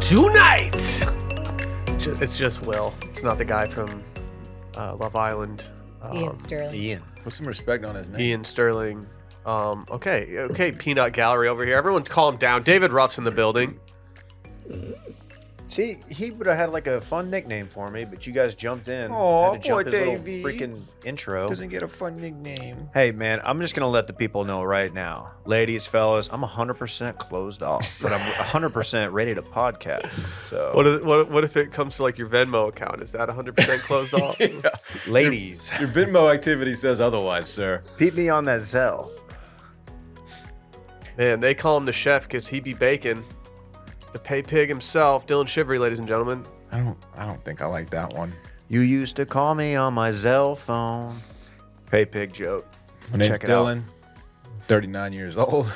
tonight. Ju- It's just Will. It's not the guy from uh, Love Island. Um, Ian Sterling. Ian. Put some respect on his name. Ian Sterling. Um, okay, okay, Peanut Gallery over here. Everyone calm down. David Ruff's in the building. See, he would have had like a fun nickname for me, but you guys jumped in. Aw, had to jump poor his little Davey. freaking intro. Doesn't get a fun nickname. Hey, man, I'm just going to let the people know right now. Ladies, fellas, I'm 100% closed off, but I'm 100% ready to podcast. So, What if, what, what if it comes to like your Venmo account? Is that 100% closed off? ladies, Your Venmo activity says otherwise, sir. beat me on that Zell. Man, they call him the chef because he be baking. The pay pig himself, Dylan Shivery, ladies and gentlemen. I don't. I don't think I like that one. You used to call me on my Zell phone. Hey, pig joke. My name's Check it out. Dylan. Thirty-nine years old.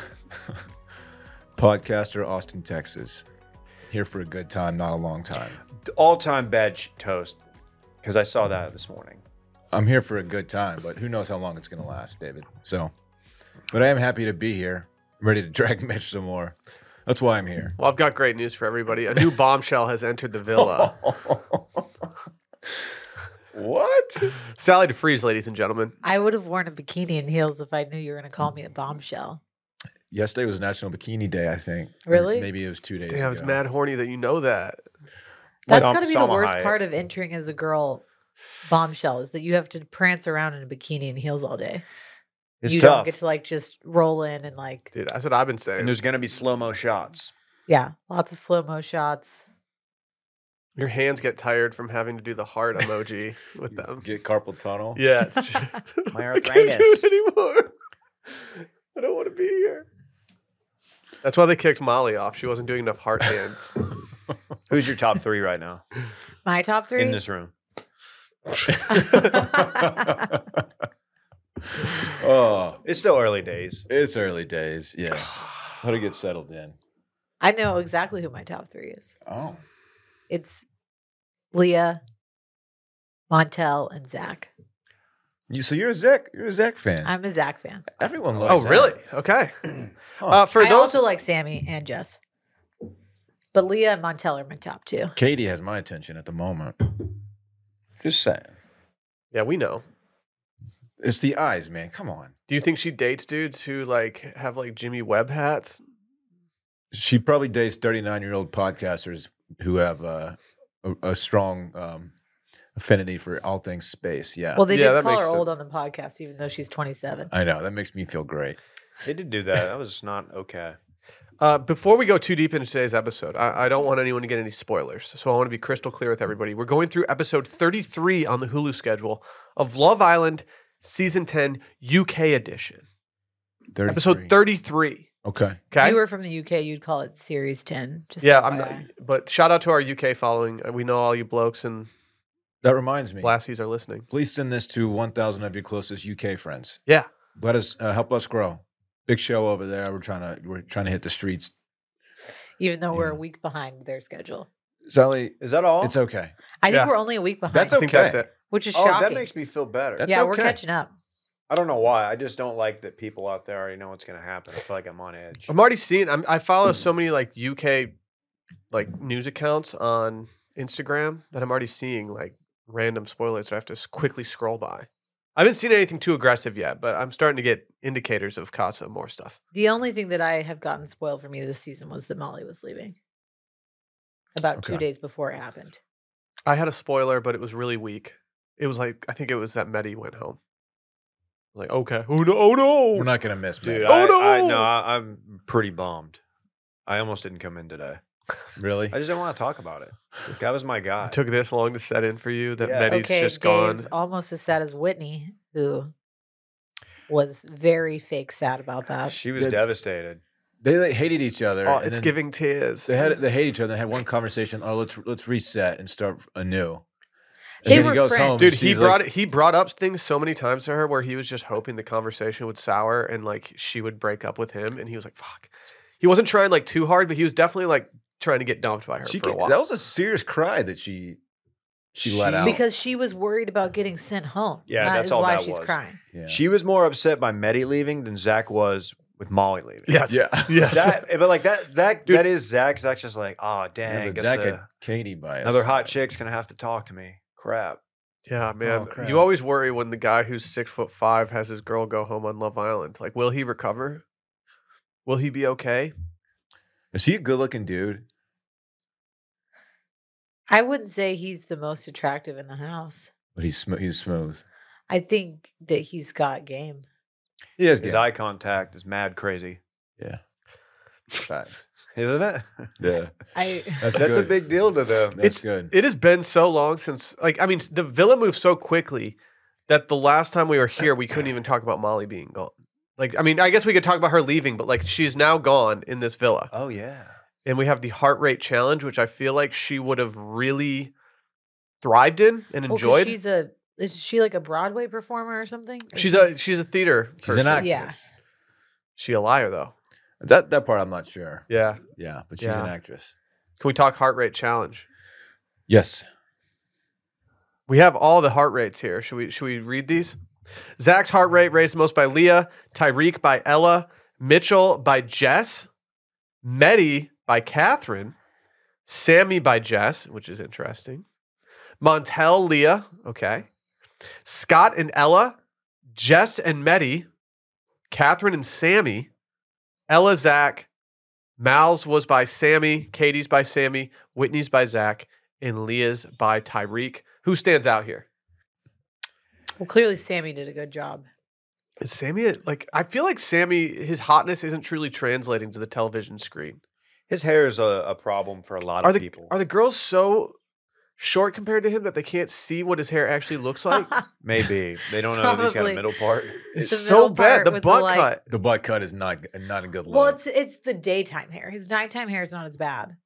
Podcaster, Austin, Texas. Here for a good time, not a long time. All time bad sh- toast because I saw that this morning. I'm here for a good time, but who knows how long it's gonna last, David. So, but I am happy to be here. I'm ready to drag Mitch some more. That's why I'm here. Well, I've got great news for everybody. A new bombshell has entered the villa. What? Sally DeFries, ladies and gentlemen. I would have worn a bikini and heels if I knew you were going to call me a bombshell. Yesterday was National Bikini Day, I think. Or Really? Maybe it was two days. Damn, I was ago. mad horny that you know that. That's Like got to be the Salma worst Hayek. part of entering as a girl bombshell is that you have to prance around in a bikini and heels all day. It's you don't tough. get to like just roll in and like, Dude, that's what I've been and saying. there's going to be slow mo shots. yeah, lots of slow mo shots. Your hands get tired from having to do the heart emoji with them. Get carpal tunnel. Yeah, it's just, My I can't do it arthritis. anymore. I don't want to be here. That's why they kicked Molly off. She wasn't doing enough heart hands. Who's your top three right now My top three. in this room? Oh, It's still early days. it's early days. Yeah. How to get settled in. I know exactly who my top three is. Oh. It's Leah, Montel, and Zach. You, so you're a Zach. You're a Zach fan. I'm a Zach fan. Everyone loves oh, Zach. really? Okay. Uh, for I those, also like Sammy and Jess. But Leah and Montel are my top two. Katie has my attention at the moment. Just saying. yeah, we know. It's the eyes, man. Come on. Do you think she dates dudes who like have like Jimmy Webb hats? She probably dates 39 year old podcasters who have uh, a, a strong um, affinity for all things space. Yeah. Well, they Yeah, that did call her makes old on the podcast, even though she's 27. I know. That makes me feel great. They did do that. That was not okay. Uh, before we go too deep into today's episode, I, I don't want anyone to get any spoilers, so I want to be crystal clear with everybody. We're going through episode 33 on the Hulu schedule of Love Island season 10 UK edition. 33. Episode 33. Okay. If Okay. you were from the UK, you'd call it Series 10. Just yeah, I'm not, FYI. but shout out to our UK following. We know all you blokes and That reminds me. blassies are listening. Please send this to 1,000 of your closest UK friends. Yeah. Let us uh, help us grow. Big show over there. We're trying to we're trying to hit the streets. Even though we're Yeah. a week behind their schedule. Sally, Is that all? it's okay. I think Yeah. we're only a week behind, That's I think that's Okay. it. which is oh, shocking. that makes me feel better. That's yeah, we're okay. catching up. I don't know why. I just don't like that people out there already know what's going to happen. I feel like I'm on edge. I'm already seeing. I'm, I Mm. follow so many like UK like news accounts on Instagram that I'm already seeing like random spoilers that I have to s- quickly scroll by. I haven't seen anything too aggressive yet, but I'm starting to get indicators of Casa more stuff. The only thing that I have gotten spoiled for me this season was that Molly was leaving about two Okay. days before it happened. I had a spoiler, but it was really weak. It was like I think it was that Medi went home. I was like, okay, oh no, oh no. We're not gonna miss Dude, Dude, Oh, I, I, no! no, I, I'm pretty bummed. I almost didn't come in today. really. I just didn't want to talk about it. That was my guy. it took this long to set in for you that Yeah. Medi's okay, just Dave, gone. almost as sad as Whitney, who was very fake sad about that. she was Did- devastated. they like, hated each other. Oh, and it's then giving tears. They had they hate each other. They had one conversation. Oh, let's let's reset and start anew. They were friends. and Dude, he she's brought like, it, he brought up things so many times to her where he was just hoping the conversation would sour and like she would break up with him, and he was like, "Fuck." He wasn't trying like too hard, but he was definitely like trying to get dumped by her She for a ca- while. that was a serious cry that she she let She- out. because she was worried about getting sent home. Yeah, That that's is all why that she's was. crying. yeah. She was more upset by Medi leaving than Zach was with Molly leaving. Yes. Yeah. Yes. That, but like that, that, Dude. that is Zach. Zach's just like, oh, Yeah, dang. but guess, Zach uh, had Katie bias. another hot chick's going to have to talk to me. Crap. yeah, man. crap. you always worry when the guy who's six foot five has his girl go home on Love Island. Like, will he recover? Will he be okay? Is he a good looking dude? I wouldn't say he's the most attractive in the house. But he's sm- he's smooth. I think that he's got game. He has His eye contact is mad crazy, Facts. isn't it? Yeah, I that's, That's a good. big deal to them. That's It's- good. It has been so long since, like, I mean, the villa moved so quickly that the last time we were here, we couldn't even talk about Molly being gone. Like, I mean, I guess we could talk about her leaving, but like, she's now gone in this villa. Oh, yeah. and we have the heart rate challenge, which I feel like she would have really thrived in and well, 'cause enjoyed. Oh, she's, she's a is she like a Broadway performer or something? Or a she's a theater. She's an person. actress. Yeah. She a liar though. That that part I'm not sure. Yeah. Yeah, but she's Yeah. an actress. Can we talk heart rate challenge? Yes. We have all the heart rates here. Should we should we read these? Zach's heart rate raised the most by Leah, Tyreek by Ella, Mitchell by Jess, Meddy by Catherine, Sammy by Jess, which is interesting. Montel Leah, okay. Scott and Ella, Jess and Meddy, Catherine and Sammy, Ella Zach, Mal's was by Sammy, Katie's by Sammy, Whitney's by Zach, and Leah's by Tyreek. Who stands out here? well, clearly Sammy did a good job. Is Sammy like I feel like Sammy his hotness isn't truly translating to the television screen. His hair is a, a problem for a lot Are of the people. are the girls so short compared to him that they can't see what his hair actually looks like? Maybe. They don't know that he's got a Probably. middle part. it's The so middle bad. part The with butt the, like- cut. The butt cut is not not a good look. well, it's it's the daytime hair. His nighttime hair is not as bad.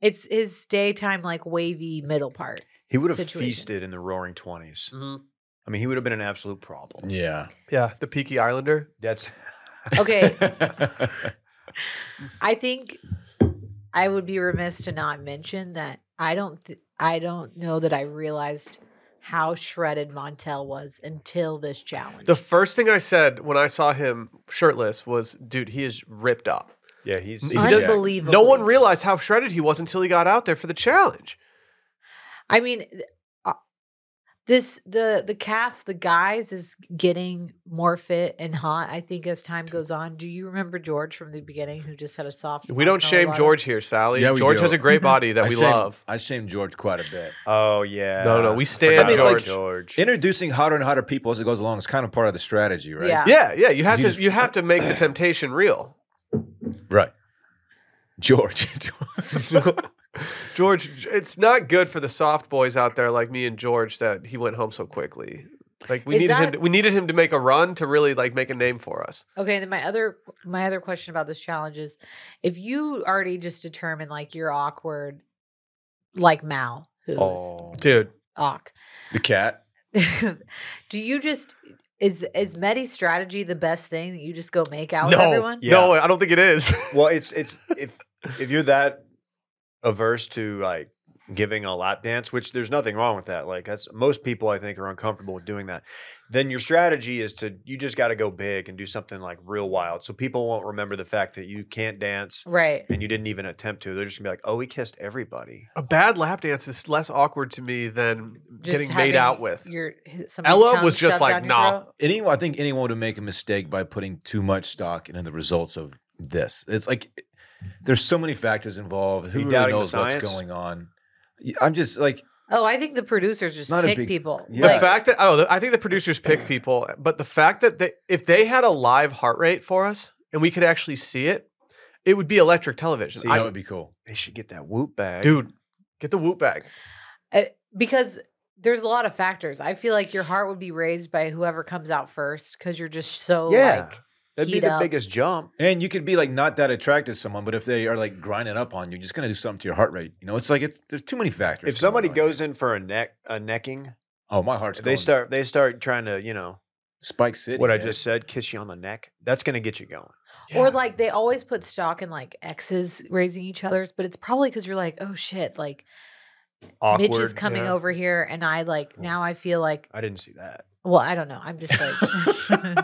It's his daytime like wavy middle part. He would have Situation. feasted in the roaring 20s. I mean, he would have been an absolute problem. yeah. Yeah, the Peaky Islander. That's Okay. I think I would be remiss to not mention that I don't th- I don't know that I realized how shredded Montel was until this challenge. The first thing I said when I saw him shirtless was, "Dude, he is ripped up." yeah, he's, He does- Unbelievable. No one realized how shredded he was until he got out there for the challenge. I mean, th- uh, this the the cast, the guys is getting more fit and hot. I think as time goes on. Do you remember George from the beginning, who just had a soft? We don't shame marshmallow George here, Sally. Yeah, we George do. has a great body that I we shame- love. I shame George quite a bit. Oh yeah. No, no, we I stand forgot about George. George. Introducing hotter and hotter people as it goes along is kind of part of the strategy, right? Yeah. Yeah, yeah. You have You to just- you have to make the temptation real. Right. George. George, it's not good for the soft boys out there like me and George that he went home so quickly. Like we Is needed him. that- To, we needed him to make a run to really like make a name for us. Okay, then my other my other question about this challenge is if you already just determine like you're awkward like Mal, who's Oh. Dude, awk. the cat. Do you just is is Medi strategy the best thing that you just go make out with No. everyone? Yeah. no, I don't think it is. Well, it's it's if if you're that averse to like giving a lap dance, which there's nothing wrong with that. Like that's most people I think are uncomfortable with doing that. Then your strategy is to you just got to go big and do something like real wild, so people won't remember the fact that you can't dance Right. and you didn't even attempt to. They're just gonna be like, "Oh, we kissed everybody." a bad lap dance is less awkward to me than Just getting made having out with. Your somebody's Ella was tongue just shoved like, down your "Nah." throat? Anyone, I think anyone would make a mistake by putting too much stock into the results of this. It's like there's so many factors involved. Who You really doubting the knows what's science? going on? I'm just like Oh, I think the producers just not a pick big- people. The The Right. fact that oh, I think the producers pick people, but the fact that they if they had a live heart rate for us and we could actually see it, it would be electric television. See, I- that would be cool. They should get that whoop bag, dude, get the whoop bag. Uh, because there's a lot of factors. I feel like your heart would be raised by whoever comes out first because you're just so Yeah. like That'd heat be the up. biggest jump. And you could be like not that attracted to someone, but if they are like grinding up on you, you're just gonna do something to your heart rate. You know, it's like it's there's too many factors. If somebody going on. goes in for a neck a necking, oh my heart's they going. start they start trying to you know Spike City. what I man. just said, kiss you on the neck. That's gonna get you going. Or like they always put stock in like exes raising each other's, but it's probably because you're like, oh shit, like Awkward. Mitch is coming yeah. over here, and I like Mm. now I feel like, I didn't see that. well, I don't know, I'm just like,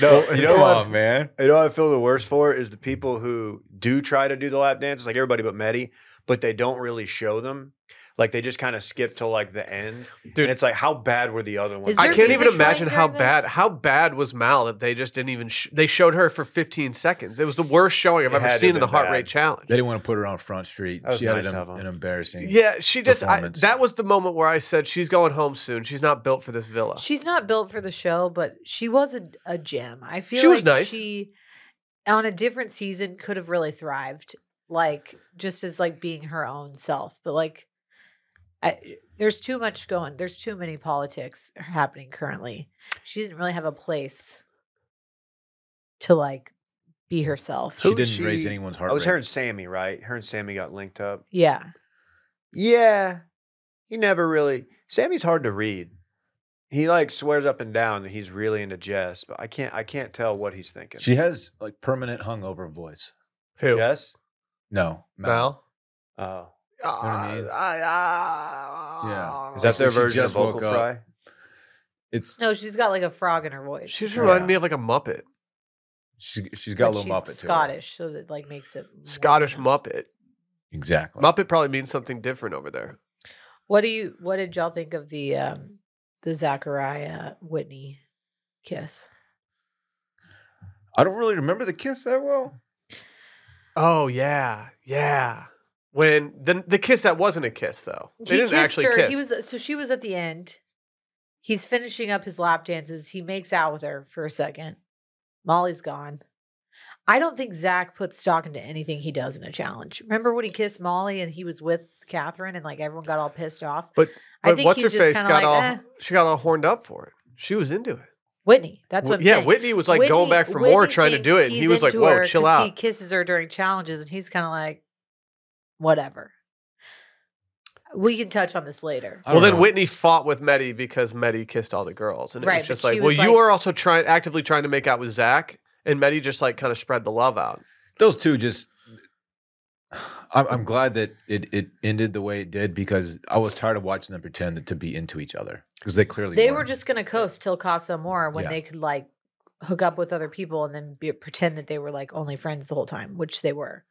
No, you know Come what? on, man. You know what I feel the worst for is the people who do try to do the lap dances, like everybody but Medi, but they don't really show them. Like they just kind of skip to like the end. Dude. and it's like, how bad were the other ones? Is I there can't even music playing imagine how during bad this? how bad was Mal that they just didn't even sh- they showed her for 15 seconds. It was the worst showing I've It ever had to seen in the been heart bad. rate challenge. They didn't want to put her on Front Street. That was She had nice an, of 'em. an embarrassing. Yeah, she just I, Performance. that was the moment where I said she's going home soon. She's not built for this villa. She's not built for the show, but she was a, a gem. I feel She was like nice. she on a different season could have really thrived, like just as like being her own self. But like, I, there's too much going. There's too many politics happening currently. She didn't really have a place to like be herself. She Who didn't is raise she? anyone's heart. I was rate. hearing Sammy, right? Her and Sammy got linked up. Yeah, Yeah. He never really Sammy's hard to read. He like swears up and down that he's really into Jess, but I can't I can't tell what he's thinking. She has like permanent hungover voice. Who? Jess? No, Mal. Mal? Oh. what I mean? Ah, ah, ah. Yeah. oh, Is that their She version of just vocal woke up. fry? It's no, she's got like a frog in her voice. She just reminded Yeah. me of like a Muppet, she's, she's got a But little she's Muppet to her. Scottish, so that like makes it more Scottish pronounced. Muppet. Exactly. Muppet probably means something different over there. What do you? What did y'all think of the um the Zachariah Whitney kiss? I don't really remember the kiss that well. Oh yeah, yeah. When the the kiss that wasn't a kiss though. They didn't actually kiss. He was so she was at the end. He's finishing up his lap dances. He makes out with her for a second. Molly's gone. I don't think Zach puts stock into anything he does in a challenge. Remember when he kissed Molly and he was with Catherine and like everyone got all pissed off? But- I but think what's her he's face just got kind of all like, eh, she got all horned up for it. She was into it. Whitney. That's what I'm yeah, saying. Whitney was like going Whitney- back for Whitney more, trying to thinks do it. And he he's was like, into "Whoa, her chill 'cause out." He kisses her during challenges, and he's kind of like, whatever. We can touch on this later. I Well, don't then know. Whitney fought with Meddy because Meddy kissed all the girls, and it Right, was just but like, she "Well, was you like- were also trying actively trying to make out with Zach." And Meddy just like kind of spread the love out. those two just I'm, I'm glad that it, it ended the way it did because I was tired of watching them pretend to be into each other because they clearly They weren't. were just going to coast till Casa Amor when Yeah. they could like hook up with other people and then be, pretend that they were like only friends the whole time, which they were.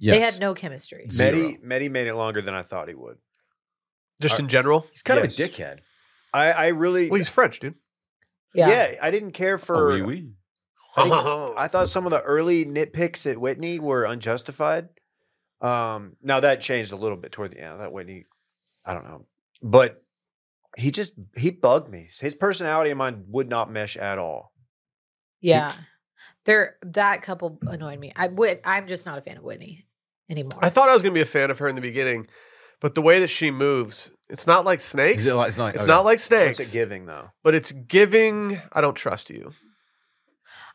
They Yes. had no chemistry. Zero. Medi Medi made it longer than I thought he would. Just Are- in general, He's kind Yes. of a dickhead. I, I really well, he's Oh, French, dude. Yeah. yeah. I didn't care for Oh, I I, thought some of the early nitpicks at Whitney were unjustified. Um, now that changed a little bit toward the end. That Whitney, I don't know, but he just he bugged me. His personality and mine would not mesh at all. Yeah. They're, that couple annoyed me. I, Whit, I'm just not a fan of Whitney anymore. thought I was gonna be a fan of her in the beginning, but the way that she moves, it's not like snakes. Is it like- it's not, it's okay. not like What's snakes, it giving though? but it's giving. I don't trust you.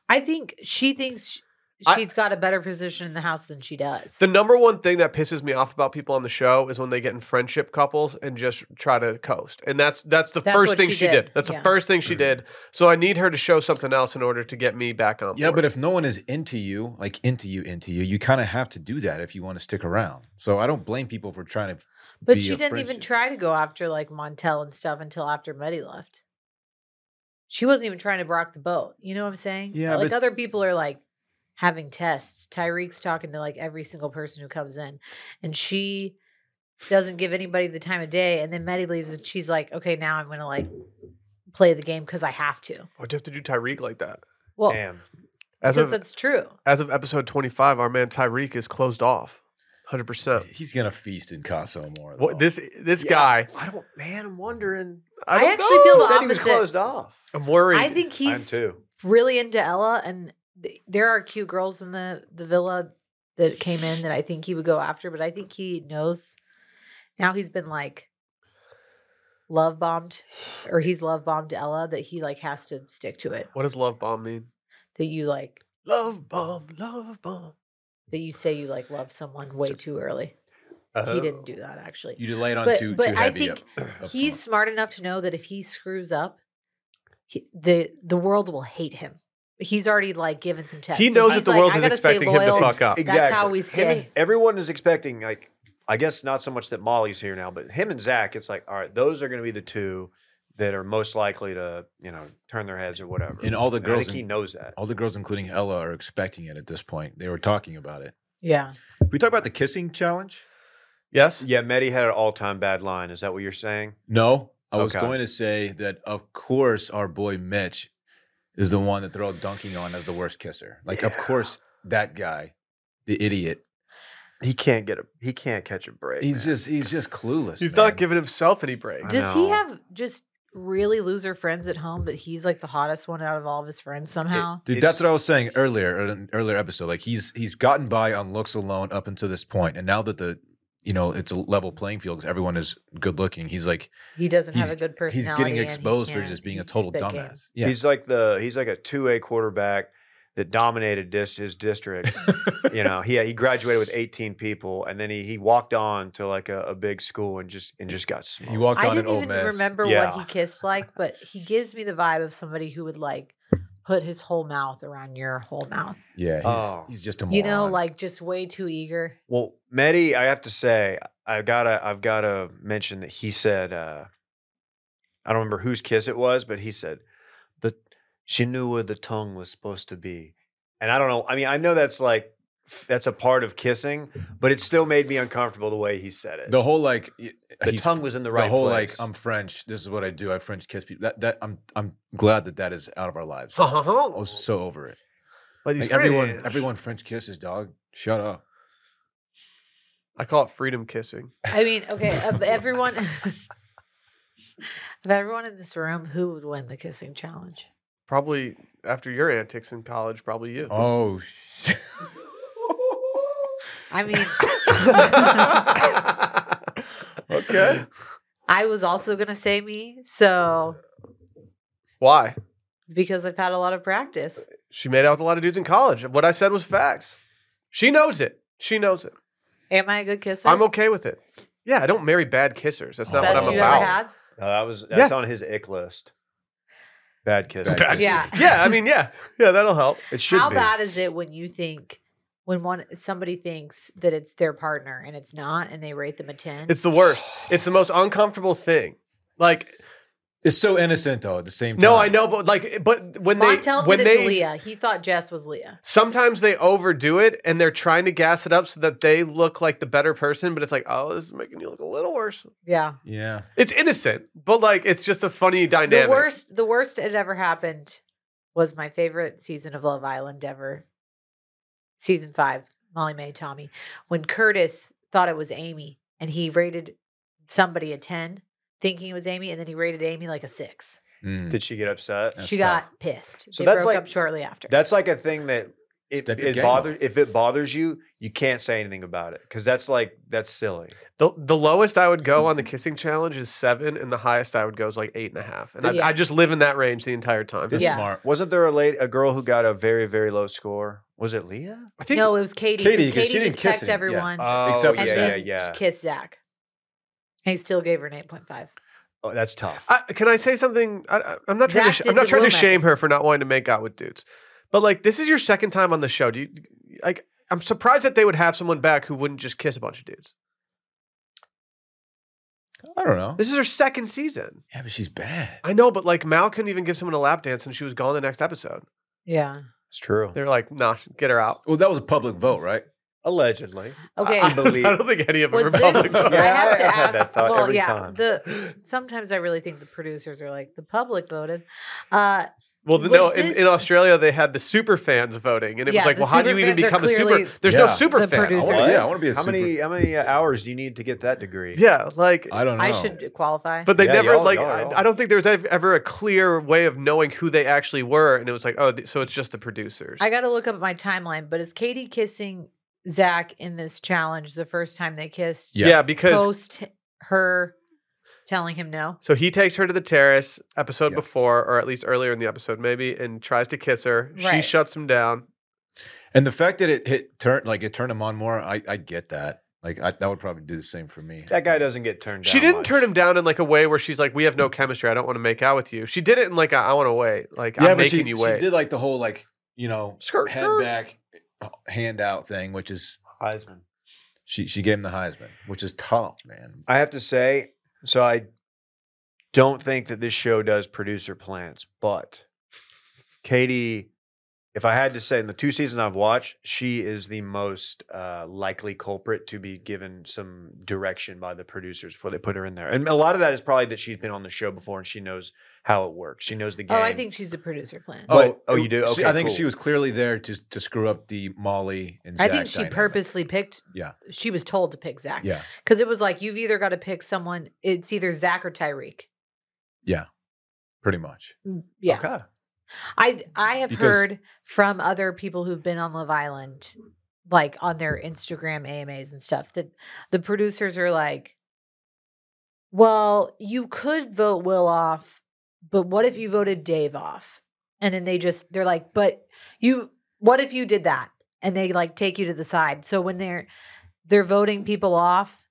I think she thinks sh- I- she's got a better position in the house than she does. The number one thing that pisses me off about people on the show is when they get in friendship couples and just try to coast. And that's that's the That's first what thing she she, did. did. That's Yeah. the first thing she Mm-hmm. did. So I need her to show something else in order to get me back on. Yeah, board. but if no one is into you, like into you, into you, you kind of have to do that if you want to stick around. So I don't blame people for trying to. but be she a didn't even friendship. try to go after like Montel and stuff until after Meddy left. She wasn't even trying to rock the boat. You know what I'm saying? Yeah, Like but- other people are like having tests. Tyreek's talking to like every single person who comes in, and she doesn't give anybody the time of day. And then Meddy leaves, and she's like, "Okay, now I'm gonna like play the game because I have to." Why'd you have to do Tyreek like that? Well, Damn, As of because that's true. as of episode twenty five, our man Tyreek is closed off, hundred percent. He's gonna feast in Caso more. Oh. What though. this this Yeah. guy? I don't. Man, I'm wondering. I, I don't actually know. feel He the said he was opposite. closed off. I'm worried. I think I'm he's too. really into Ella, and th- there are cute girls in the the villa that came in that I think he would go after, but I think he knows now he's been like love bombed, or he's love bombed Ella that he like has to stick to it. What does love bomb mean? That you like Love bomb, love bomb. that you say you like love someone way too early. Uh-huh. He didn't Oh, do that actually. you delay it on but- too but too I heavy. think up- up he's front. smart enough to know that if he screws up, he, the the world will hate him. He's already like given some tests. He So knows he's that the like, world "I is gotta stay expecting him to loyal." fuck up. Uh, Exactly. how we Him stay. and- everyone is expecting like I guess not so much that Molly's here now, but him and Zach, it's like, all right, those are gonna be the two that are most likely to you know turn their heads or whatever. And all the I girls think he in- knows that. All the girls, including Ella, are expecting it at this point. They were talking about it. Yeah. We talk about the kissing challenge. Yes. Yeah, Medi had an all-time bad line. Is that what you're saying? No, I was Okay. going to say that of course our boy Mitch is the one that they're all dunking on as the worst kisser. Like of Yeah. course that guy, the idiot. He can't get a. He can't catch a break. He's man. just he's just clueless. He's man. not giving himself any breaks. I Does he know. have just really loser friends at home, but he's like the hottest one out of all of his friends somehow? Dude, It's- that's what I was saying earlier er, in an earlier episode. Like he's he's gotten by on looks alone up until this point, and now that the you know it's a level playing field because everyone is good looking, he's like he doesn't he's- have a good he's personality. getting and he exposed for can't- just being a he's total spit game. dumbass. Yeah, He's like the. He's like a two A quarterback that dominated dis, his district. you know, he he graduated with 18 people, and then he he walked on to like a, a big school and just and just got smoked. he walked I on an didn't old even mess. remember Yeah. what he kissed like, but he gives me the vibe of somebody who would like put his whole mouth around your whole mouth. yeah, he's, Oh. he's just a moron. You know, like just way too eager. Well, Medi, I have to say, I gotta, I've gotta mention that he said, uh, I don't remember whose kiss it was, but he said that she knew where the tongue was supposed to be, and I don't know. I mean, I know that's like that's a part of kissing, but it still made me uncomfortable the way he said it. the whole like y- The he's- tongue was in the right the whole place. like I'm French. This is what I do. I French kiss people. That that I'm I'm glad that that is out of our lives. I Oh, was so over it. But he's Like everyone French. everyone French kisses. Dog, shut up. I call it freedom kissing. I mean, okay, of everyone of everyone in this room, who would win the kissing challenge? Probably after your antics in college, probably you. Oh. Shit. I mean, okay. I was also gonna say me, so Why? because I've had a lot of practice. She made out with a lot of dudes in college. What I said was facts. She knows it. She knows it. Am I a good kisser? I'm okay with it. Yeah, I don't marry bad kissers. That's not what Best I'm you about. ever had? No, that was that's on his ick list. Bad kiss. Bad Bad Yeah. Yeah, I mean, yeah, yeah, that'll help. It should How be. bad is it when you think when one somebody thinks that it's their partner and it's not, and they rate them a ten? It's the worst. It's the most uncomfortable thing. Like, It's so innocent though. At the same time, no, I know, but like, but when Vaughn, they tell him when that they it's Leah. He thought Jess was Leah. sometimes they overdo it and they're trying to gas it up so that they look like the better person, but it's like, oh, this is making you look a little worse. Yeah. Yeah, It's innocent, but like, it's just a funny dynamic. The worst. The worst it ever happened was my favorite season of Love Island ever. Season five, Molly Mae Tommy, when Curtis thought it was Amy, and he rated somebody a ten, thinking it was Amy, and then he rated Amy like a six. Mm. Did she get upset? That's she tough. got pissed. So they that's broke like- up shortly after. That's like a thing that it, Step your it game bothers up. if it bothers you, you can't say anything about it because that's like that's silly. The, the lowest I would go on the kissing challenge is seven, and the highest I would go is like eight and a half. And I, Yeah. I just live in that range the entire time. That's Yeah. smart. Wasn't there a late a girl who got a very very low score? Was it Leah? I think no, it was Katie. Katie, Katie, 'cause she Katie didn't just kiss pecked him. Yeah. everyone. Except Oh, yeah, for and yeah, then Zach. yeah. she kissed Zach. And he still gave her an 8.5. Oh, that's tough. I, can I say something? I, I- I'm not trying to. Zach Sh- did I'm not the trying to room shame her for not wanting to make out with dudes, but like this is your second time on the show. Do you like? I'm surprised that they would have someone back who wouldn't just kiss a bunch of dudes. I don't know. This is her second season. Yeah, but she's bad. I know, but like Mal couldn't even give someone a lap dance, and she was gone the next episode. Yeah. it's true. They're like, nah, get her out. Well, that was a public vote, right? Allegedly, Okay. I, I don't- Unbelievable. I don't think any of them was are this, public. I Yeah, have to I've had ask. that thought well, every yeah. time. The sometimes I really think the producers are like the public voted. Uh, Well, th- Was no, in, this- in Australia they had the super fans voting, and it Yeah, was like, the well, how do you even superfans are become a super? clearly There's no Yeah. super the fan. I producers. wanna- What? yeah, I want to be a how super- many how many uh, hours do you need to get that degree? Yeah, like I don't know. I should qualify. But they Yeah, never y'all- like. y'all are I, all- I don't think there was ev- ever a clear way of knowing who they actually were, and it was like, oh, th- so it's just the producers. I got to look up my timeline. But is Katie kissing Zach in this challenge the first time they kissed? yeah. Yeah. because Post her telling him no. so he takes her to the terrace episode Yeah. before, or at least earlier in the episode, maybe, and tries to kiss her. She Right. shuts him down. And the fact that it hit turn like it turned him on more, I, I get that. Like I, that would probably do the same for me. That guy doesn't get turned. she down didn't much. turn him down in like a way where she's like, "We have no chemistry. I don't want to make out with you." She did it in like, a, "I want to wait. Like Yeah, I'm but making she, you she wait." did like the whole like you know Skirt, head skirt. back, hand out thing, which is Heisman. she she gave him the Heisman, which is tough, man. I have to say, so I don't think that this show does producer plants, but Katie, if I had to say, in the two seasons I've watched, she is the most uh, likely culprit to be given some direction by the producers before they put her in there. And a lot of that is probably that she's been on the show before and she knows how it works. She knows the game. Oh, I think she's a producer plant. Oh, But- oh, you do? she- Okay, I think cool. she was clearly there to to screw up the Molly and. I Zach think she dynamic. purposely picked. Yeah. She was told to pick Zach. Yeah, Because it was like, you've either got to pick someone, it's either Zach or Tyreek. pretty much. Mm, Yeah. Okay. I I have Because- heard from other people who've been on Love Island, like on their Instagram AMAs and stuff, that the producers are like, Well, you could vote Will off, but what if you voted Dave off? And then they just they're like, But you what if you did that? And they like take you to the side. So when they're they're voting people off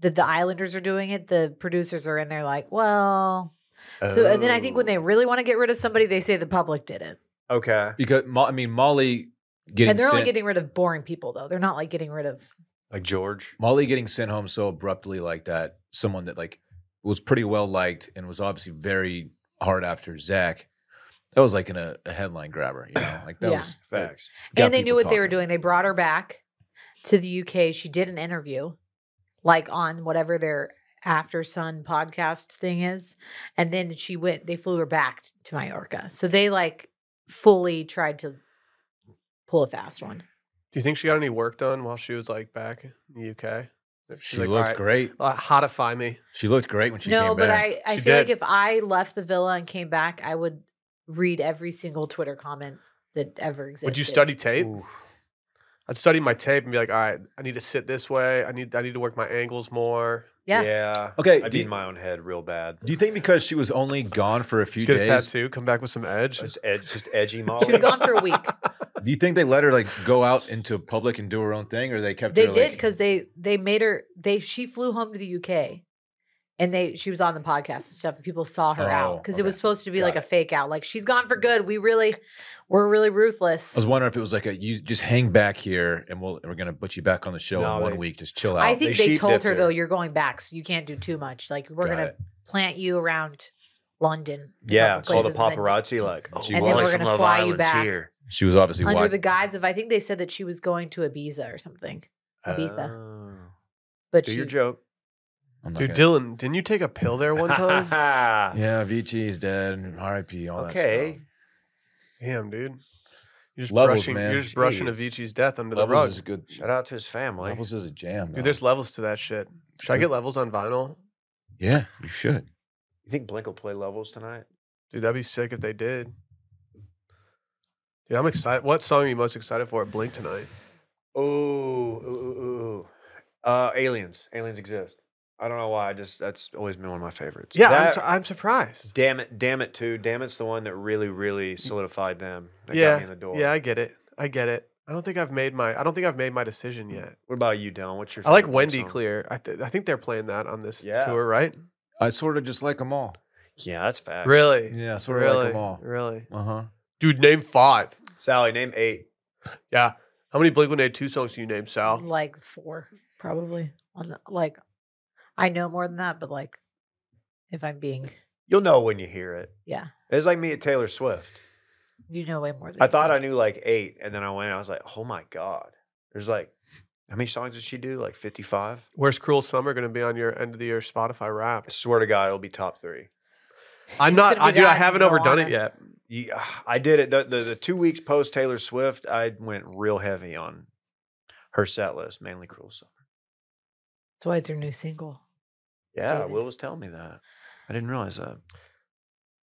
that the Islanders are doing it, the producers are in there like, Well, so and then I Oh. think when they really want to get rid of somebody, they say the public did it. Okay. Because Mo- I mean, Molly getting and they're only sent- getting rid of boring people though. They're not like getting rid of Like George. Molly getting sent home so abruptly like that. Someone that like was pretty well liked and was obviously very hard after Zach. That was like in a, a headline grabber, you know. Like that Yeah. was Facts. got and they knew people what they were talking. doing. They brought her back to the UK. She did an interview, like on whatever their after sun podcast thing is. And then she went they flew her back to Mallorca. So they like fully tried to pull a fast one. Do you think she got any work done while she was like back in the UK? She looked great. great. Hotify uh, me. She looked great when she no, came but back. I, I She feel like did. if I left the villa and came back, I would read every single Twitter comment that ever existed. Would you study tape? Oof. I'd study my tape and be like, all right, I need to sit this way. I need I need to work my angles more. Yeah. Okay, I'd do be you- in my own head real bad. Do you think because she was only gone for a few Get a days, tattoo, come back with some edge. Just, edge, just edgy She was Molly. gone for a week. do you think they let her like go out into public and do her own thing, or they kept? They her, did like- because they they made her they she flew home to the UK, and they she was on the podcast and stuff. And people saw her out Oh, because it okay. was supposed to be Got like a fake out. Like she's gone for good. We really we're really ruthless. I was wondering if it was like a you just hang back here and we'll we're gonna put you back on the show No, in one they- week. Just chill out. I think They they, sheep told dipped her, her. though you're going back, so you can't do too much. Like we're Got gonna it. plant you around London. a Yeah, couple it's all the places, and then paparazzi like. Oh, And then Molly we're from gonna Love fly you Island's back. Here. she was obviously Under wide. the guise of I think they said that she was going to Ibiza or something. Ibiza, Oh. but Do she your joke. I'm not Dude, gonna- Dylan, didn't you take a pill there one time? Yeah, VT is dead. R.I.P. All okay. Damn, dude. You're just Levels, brushing man. you're just brushing Jeez. Avicii's death under that stuff. Levels is a the rug. good. Shout out to his family. Levels is a jam. Dude, dog. there's levels to that shit. Should I get levels on vinyl? Yeah, you should. You think Blink will play levels tonight? Dude, that'd be sick if they did. Dude, I'm excited. What song are you most excited for at Blink tonight? Oh, ooh, ooh, ooh. Uh, aliens. Aliens exist. I don't know why. I just that's always been one of my favorites. Yeah, That- I'm, t- I'm surprised. damn it, damn it too. Damn it's the one that really, really solidified them. That got Yeah, me in the door. yeah, I get it. I get it. I don't think I've made my. I don't think I've made my decision yet. What about Mm, you, Dylan? What's your? I like favorite Blink Wendy song? Clear. I, th- I think they're playing that on this Yeah. tour, right? I sort of just like them all. Yeah, that's facts. Really? Yeah, I sort of like Really? them all. Really? Uh huh. Dude, name five. Sally, name eight. Yeah. How many Blink One Eight Two songs do you name, Sal? like four probably on the like i know more than that but like if i'm being You'll know when you hear it. yeah It's like me at Taylor Swift. you know way more than I you thought I think. knew like eight, and then I went. and I was like, oh my god. There's like, how many songs did she do? Like fifty five. Where's Cruel Summer going to be on your end of the year Spotify I wrap? swear to God, it'll be top three. I'm It's not, gonna be I, dude. that I and haven't overdone it Moana. yet. You, I did it. The, the the two weeks post Taylor Swift, I went real heavy on her set list, mainly Cruel Summer. that's why it's her new single Yeah, Dated. Will was telling me that. I didn't realize that.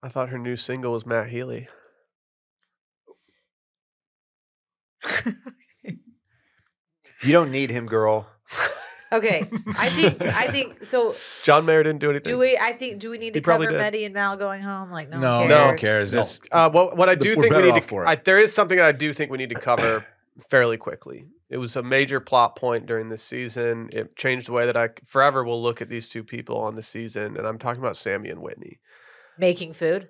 I thought her new single was Matt Healy. You don't need him, girl. okay i think i think so John Mayer didn't do anything. do we i think do we need He to probably cover did. Medi and mal going home like no No, one cares. no, one one cares. No. It's- Uh, what, what I The- do we're think we better need off to, for it. I, there is something I do think we need to cover fairly quickly. It was a major plot point during this season. It changed the way that I c- forever will look at these two people on the season, and I'm talking about Sammy and Whitney. making food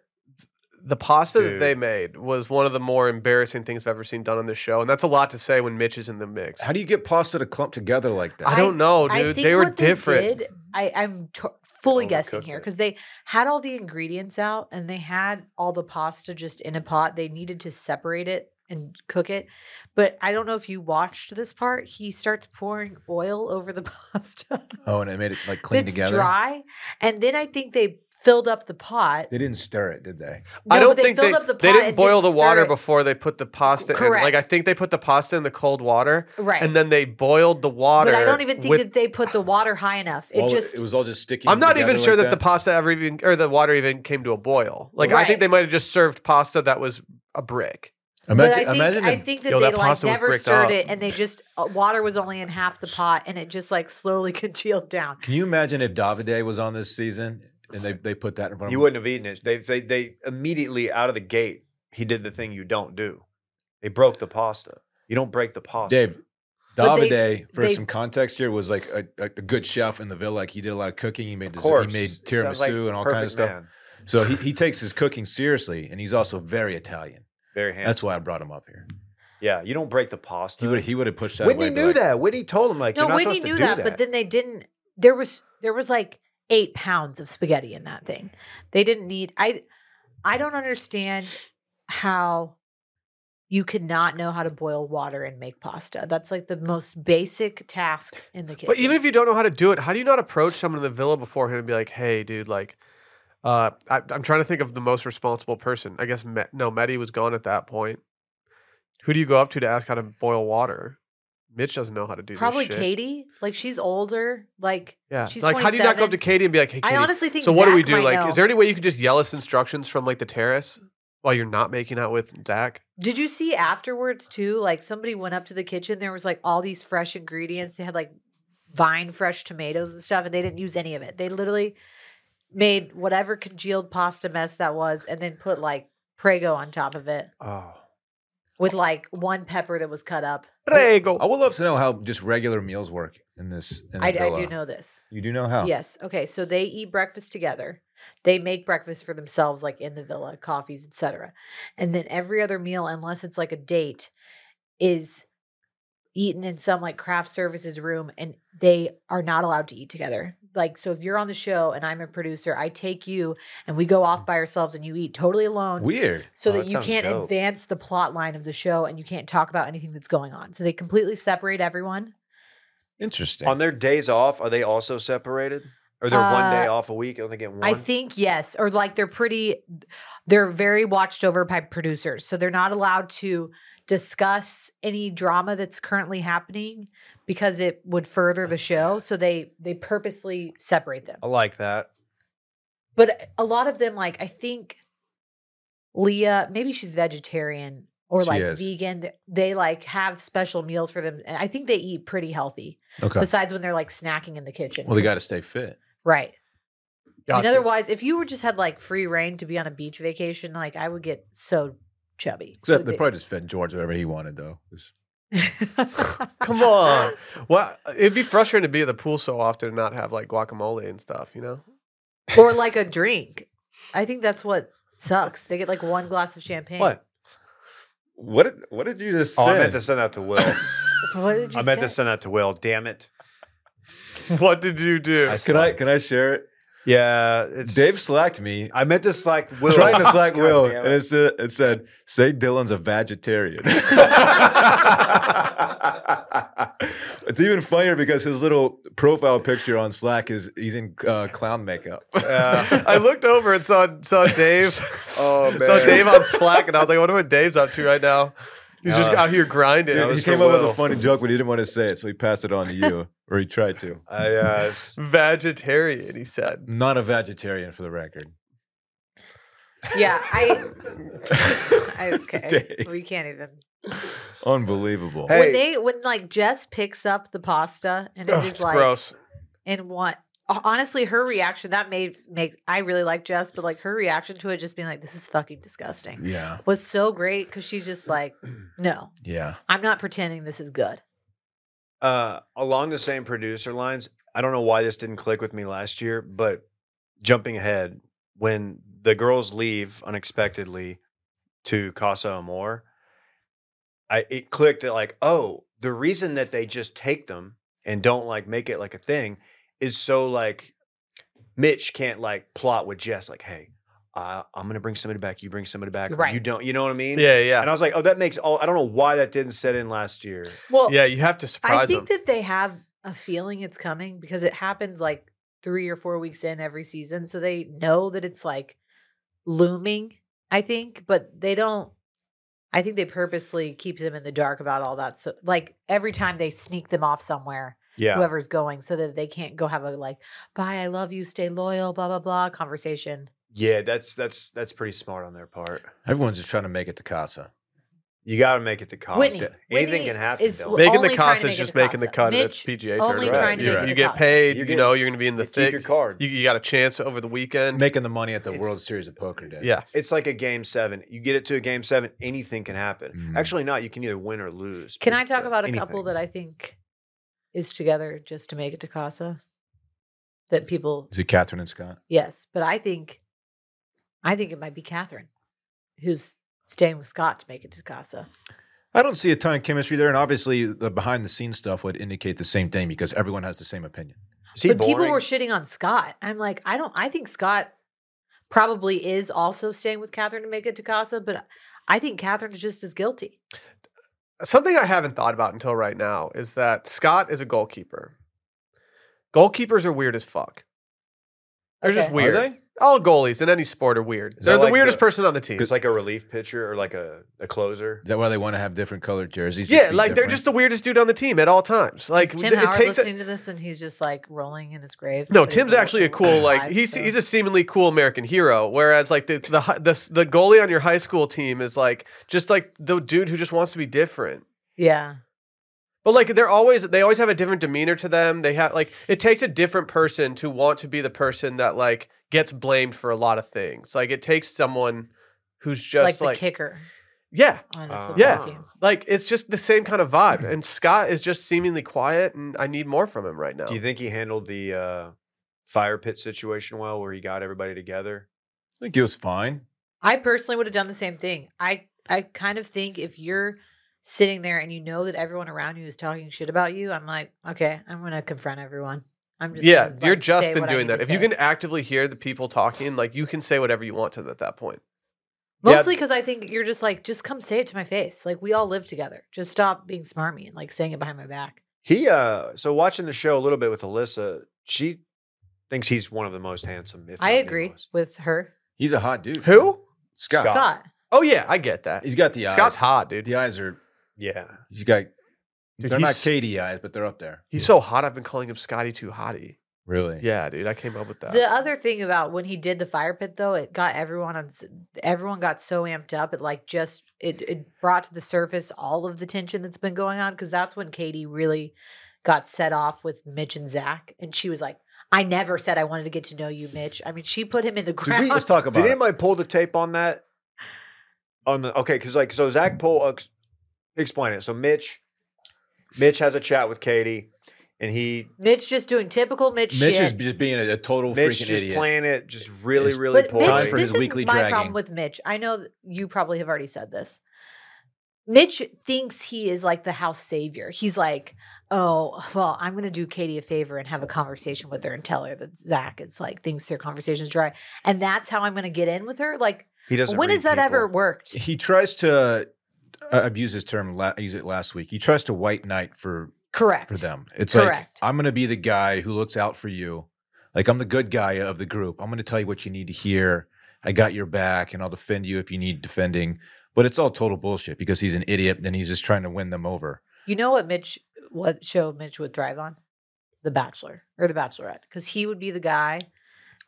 The pasta that Dude. they made was one of the more embarrassing things I've ever seen done on this show, and that's a lot to say when Mitch is in the mix. How do you get pasta to clump together like that? I don't know, I dude. think They were what different. did, i i'm to- fully guessing Overcooked here it. because they had all the ingredients out and they had all the pasta just in a pot. They needed to separate it and cook it. But I don't know if you watched this part. He starts pouring oil over the pasta. Oh, and it made it like clean that's together. dry. And then I think they filled up the pot. They didn't stir it, did they? I No, don't but think they, filled up the they pot didn't and boil the stir water it. before they put the pasta in. Like Correct. I think they put the pasta in the cold water Right. and then they boiled the water. but I don't even think with- that they put the water high enough. It All just it was all just sticking. I'm not even together sure like that, the pasta ever even or the water even came to a boil. Like I think Right. they might have just served pasta that was a brick. But Imagine, I think, imagine I if- think that Yo, they that like pasta was never bricked stirred up. it, and they just uh, water was only in half the pot, and it just like slowly congealed down. Can you imagine if Davide was on this season and they, they put that in front of You him? wouldn't have eaten it. They, they they immediately out of the gate, he did the thing you don't do. They broke the pasta. You don't break the pasta. Dave, But they- Davide, for they- some context here, was like a, a, a good chef in the villa. Like he did a lot of cooking. He made Of dessert, course. he made Sounds tiramisu like and all kinds of perfect stuff. man. So he, he takes his cooking seriously, and he's also very Italian. Very handsome. That's why I brought him up here. yeah, you don't break the pasta. He would he would have pushed that. Whitney away, but knew like, that. Whitney told him like no, you're not Whitney supposed to knew do that, but then they didn't. There was there was like eight pounds of spaghetti in that thing. They didn't need. I I don't understand how you could not know how to boil water and make pasta. That's like the most basic task in the kitchen. But even if you don't know how to do it, how do you not approach someone in the villa beforehand and be like, "Hey, dude, like, uh, I, I'm trying to think of the most responsible person. I guess Me- no, Medi was gone at that point. Who do you go up to to ask how to boil water? Mitch doesn't know how to do this probably shit. Katie, like she's older, like Yeah, she's like how do you not go up to 27. Katie and be like, "Hey, Katie, I honestly think. so what do we Zach do? might Like, know. is there any way you could just yell us instructions from like the terrace while you're not making out with Zach? Did you see afterwards too? Like somebody went up to the kitchen. There was like all these fresh ingredients. They had like vine fresh tomatoes and stuff, and they didn't use any of it. They literally made whatever congealed pasta mess that was, and then put like Prego on top of it Oh. with like one pepper that was cut up. I would love to know how just regular meals work in this. In the I, I do villa. know this. You do know Oh. how? Yes. Okay. So they eat breakfast together. They make breakfast for themselves, like in the villa, coffees, etc. And then every other meal, unless it's like a date, is eaten in some like craft services room, and they are not allowed to eat together. Like, so if you're on the show and I'm a producer, I take you and we go off by ourselves, and you eat totally alone Weird. so Mm. that Oh, that you sounds can't dope. advance the plot line of the show and you can't talk about anything that's going on. So they completely separate everyone. Interesting. On their days off, are they also separated? Or they're one day off a week? Are they getting one? Uh, I think yes, or like they're pretty, they're very watched over by producers, so they're not allowed to discuss any drama that's currently happening because it would further the show. So they they purposely separate them. Oh. I like that. But a lot of them, like I think Leah, maybe she's vegetarian or She like is. vegan. They- They like have special meals for them, and I think they eat pretty healthy. okay. Besides when they're like snacking in the kitchen. Well, they got to stay fit. right. Gotcha. And otherwise, if you were just had like free reign to be on a beach vacation, like I would get so chubby. Except So they the- probably just fed George whatever he wanted, though. Just- Come on. Well, it'd be frustrating to be at the pool so often and not have like guacamole and stuff, you know? or like a drink. I think that's what sucks. They get like one glass of champagne. What? What did, what did you just Oh, say? I meant to send that to Will. What did you I meant to get? send that to Will. Damn it. What did you do? I Can I can I share it? Yeah. It's, Dave slacked me. I meant to slack Will. trying to slack God Will, damn and it said, it said, "Say Dylan's a vegetarian." it's even funnier because his little profile picture on Slack is he's in uh, clown makeup. Yeah. I looked over and saw saw Dave. Oh, man. saw Dave on Slack, and I was like, I wonder what Dave's up to right now. He's just Uh, out here grinding. that he was came for up with Will. a funny joke, but he didn't want to say it, so he passed it on to you, or he tried to. I, uh, s- Vegetarian, he said. Not a vegetarian, for the record. Yeah, I. I okay. Dave. We can't even. Unbelievable. Hey. When they when like Jess picks up the pasta and it Ugh, is it's like gross. and what honestly her reaction that made make I really like Jess, but like her reaction to it just being like this is fucking disgusting Yeah, was so great because she's just like no yeah. I'm not pretending this is good. uh, along the same producer lines, I don't know why this didn't click with me last year, but jumping ahead, when the girls leave unexpectedly to Casa Amor, I it clicked that like, oh, the reason that they just take them and don't like make it like a thing is so like Mitch can't like plot with Jess like, hey, uh, I'm gonna bring somebody back. You bring somebody back. or Right. You don't. You know what I mean? Yeah, yeah. And I was like, oh, that makes all. I don't know why that didn't set in last year. Well, yeah, you have to I surprise them. think that they have a feeling it's coming because it happens like three or four weeks in every season. So they know that it's like looming, I think, but they don't. I think they purposely keep them in the dark about all that. So, like, every time they sneak them off somewhere, Yeah. whoever's going, so that they can't go have a like, bye, I love you, stay loyal, blah, blah, blah conversation. Yeah. That's that's that's pretty smart on their part. Everyone's just trying to make it to Casa. You got to make it to college. Whitney. Anything Whitney can happen. is- Bill. Well, making only the trying cost to is make it just to making the CASA. cut at Mitch, the PGA only tournament. trying to you make it you to get CASA. paid. You're You know, getting- you're going to be in the You keep thick. your card. You, you got a chance over the It's weekend. making the money at the It's- World Series of Poker Day. yeah, it's like a game seven. You get it to a game seven, anything can happen. Mm-hmm. Mhm. Actually, not. You can either win or lose. Can but- I talk but about a anything. couple that I think is together just to make it to Casa? That people Is it Catherine and Scott? Yes, but I think, I think it might be Catherine, who's staying with Scott to make it to Casa. I don't see a ton of chemistry there, and obviously the behind the scenes stuff would indicate the same thing because everyone has the same opinion. Is he but people boring? were shitting on Scott. I'm like, I don't. I think Scott probably is also staying with Catherine to make it to Casa, but I think Catherine's just as guilty. something I haven't thought about until right now is that Scott is a goalkeeper. Goalkeepers are weird as fuck. They're just Okay. weird. Are they? All goalies in any sport are weird. Is that They're the like weirdest the- person on the team. It's like a relief pitcher or like a, a closer. Is that why they want to have different colored jerseys? just Yeah, be like they're different? just the weirdest dude on the team at all times. Like Is Tim it Howard takes. A, listening to this, and he's just like rolling in his grave. no, But he's Tim's like, actually a cool alive, like he's so- he's a seemingly cool American hero. Whereas like the the hi- the, the goalie on your high school team is like just like the dude who just wants to be different. yeah. But like they're always they always have a different demeanor to them. They have like it takes a different person to want to be the person that like gets blamed for a lot of things. Like it takes someone who's Like just the like, kicker yeah, on a Uh, football yeah. team. like it's just the same kind of vibe. And Scott is just seemingly quiet, and I need more from him right now. Do you think he handled the uh, fire pit situation well, where he got everybody together? I think it was fine. I personally would have done the same thing. I I kind of think if you're sitting there and you know that everyone around you is talking shit about you, I'm like, okay, I'm gonna confront everyone. I'm just yeah, gonna, you're like, say just in what I doing need to that. If you say. can actively hear the people talking, like you can say whatever you want to them at that point. Yeah. mostly because I think you're just like, just come say it to my face. Like we all live together. Just stop being smarmy and like saying it behind my back. He uh, so watching the show a little bit with Alyssa, she thinks he's one of the most handsome. If I not the agree most. with her. He's a hot dude. Who? Scott. Scott. Oh yeah, I get that. He's got the eyes. Scott's hot, dude. The eyes are. Yeah, He's got. Dude, they're not he's- Katie eyes, but they're up there. He's so hot. I've been calling him Scotty too hottie. really. Yeah, dude, I came up with that. The other thing about when he did the fire pit though, it got everyone on s- everyone got so amped up. It like just it it brought to the surface all of the tension that's been going on because that's when Katie really got set off with Mitch and Zach, and she was like, "I never said I wanted to get to know you, Mitch." I mean, she put him in the Did ground. we, let's talk about Did it. anybody pull the tape on that? On the okay, because like so Zach pull uh, explain it. So Mitch, Mitch has a chat with Katie, and he Mitch just doing typical Mitch, Mitch shit. is just being a, a total Mitch freaking just idiot. playing it just really It's- really but poorly. Time Mitch, for this his is weekly my problem dragging. with Mitch. I know th- you probably have already said this. Mitch thinks he is like the house savior. He's like, oh, well, I'm going to do Katie a favor and have a conversation with her and tell her that Zach is like thinks their conversation's dry, and that's how I'm going to get in with her. Like, he doesn't. when read has that people. ever worked? He tries to. I- I've used this term. La- I used it last week. He tries to white knight for Correct. for them. It's Correct. like I'm going to be the guy who looks out for you. Like I'm the good guy of the group. I'm going to tell you what you need to hear. I got your back, and I'll defend you if you need defending. But it's all total bullshit because he's an idiot and he's just trying to win them over. You know what Mitch, what show Mitch would thrive on? The Bachelor or The Bachelorette, because he would be the guy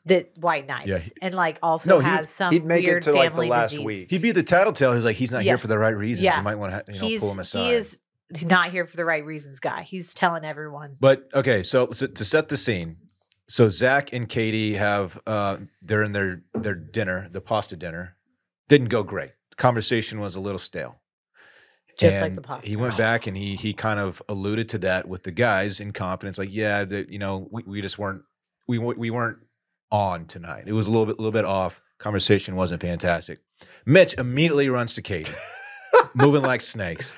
that white knights Yeah, he- and like No, also he- has some He'd make weird it to like the family last disease. week. He'd be the tattletale who's like, he's not Yeah. here for the right reasons. Yeah. You might want to you know, he's pull him aside. he is not here for the right reasons, guy. He's telling everyone. But okay, so, so to set the scene, so Zach and Katie have uh, they're in their their dinner, the pasta dinner, didn't go great. Conversation was a little stale. Just like the And pasta. He went back and he he kind of alluded to that with the guys in confidence, like yeah, that you know we, we just weren't we w- we weren't on tonight. It was a little bit little bit off. Conversation wasn't fantastic. Mitch immediately runs to Katie, moving like snakes.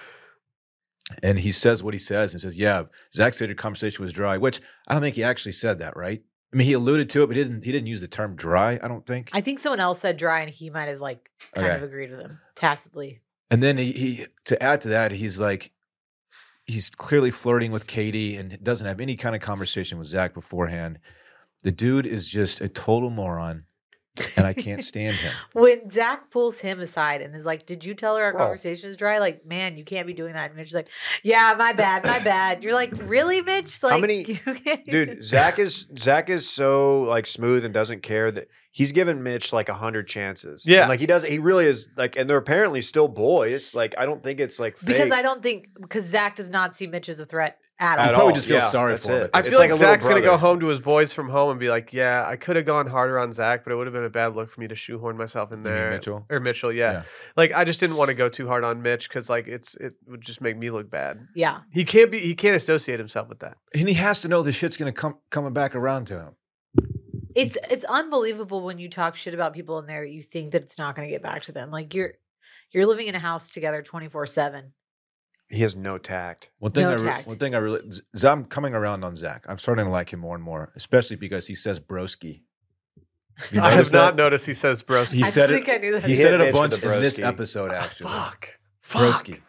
And he says what he says and says, Yeah, Zach said your conversation was dry, which I don't think he actually said that, right? I mean, he alluded to it, but he didn't. He didn't use the term dry. I don't think. I think someone else said dry, and he might have like kind Okay. of agreed with him tacitly. And then he, he to add to that, he's like he's clearly flirting with Katie and doesn't have any kind of conversation with Zach beforehand. The dude is just a total moron, and I can't stand him. When Zach pulls him aside and is like, "Did you tell her our Well- conversation is dry?" Like, man, you can't be doing that. And Mitch's like, "Yeah, my bad, my bad." You're like, "Really, Mitch?" Like, many- you can't even-" dude zach is zach is so like smooth and doesn't care that he's given mitch like a hundred chances Yeah. And, like he does he really is like and they're apparently still boys like i don't think it's like fake. because I don't think because Zach does not see Mitch as a threat at I At all. probably all. just feel Yeah, sorry that's for him it. at I this feel like like a little Zach's gonna go brother. home to his boys from home and be like, "Yeah, I could have gone harder on Zach, but it would have been a bad look for me to shoehorn myself in You mean there." Mitchell? or Mitchell, yeah. Yeah. Like I just didn't want to go too hard on Mitch because like it's it would just make me look bad. Yeah, He can't be he can't associate himself with that. and he has to know the shit's gonna come coming back around to him. it's it's unbelievable when you talk shit about people in there. You think that it's not going to get back to them. Like you're you're living in a house together twenty four seven. he has no tact One thing, No I re- tact. one thing I really, Z- Z- I'm coming around on Zach. I'm starting to like him more and more, especially because he says broski. You I notice have not that? noticed he says bros. He I said think it. I knew that. He He said hit it a Mitch with bunch the in this broski. Ah, episode, actually. fuck. Fuck. Broski.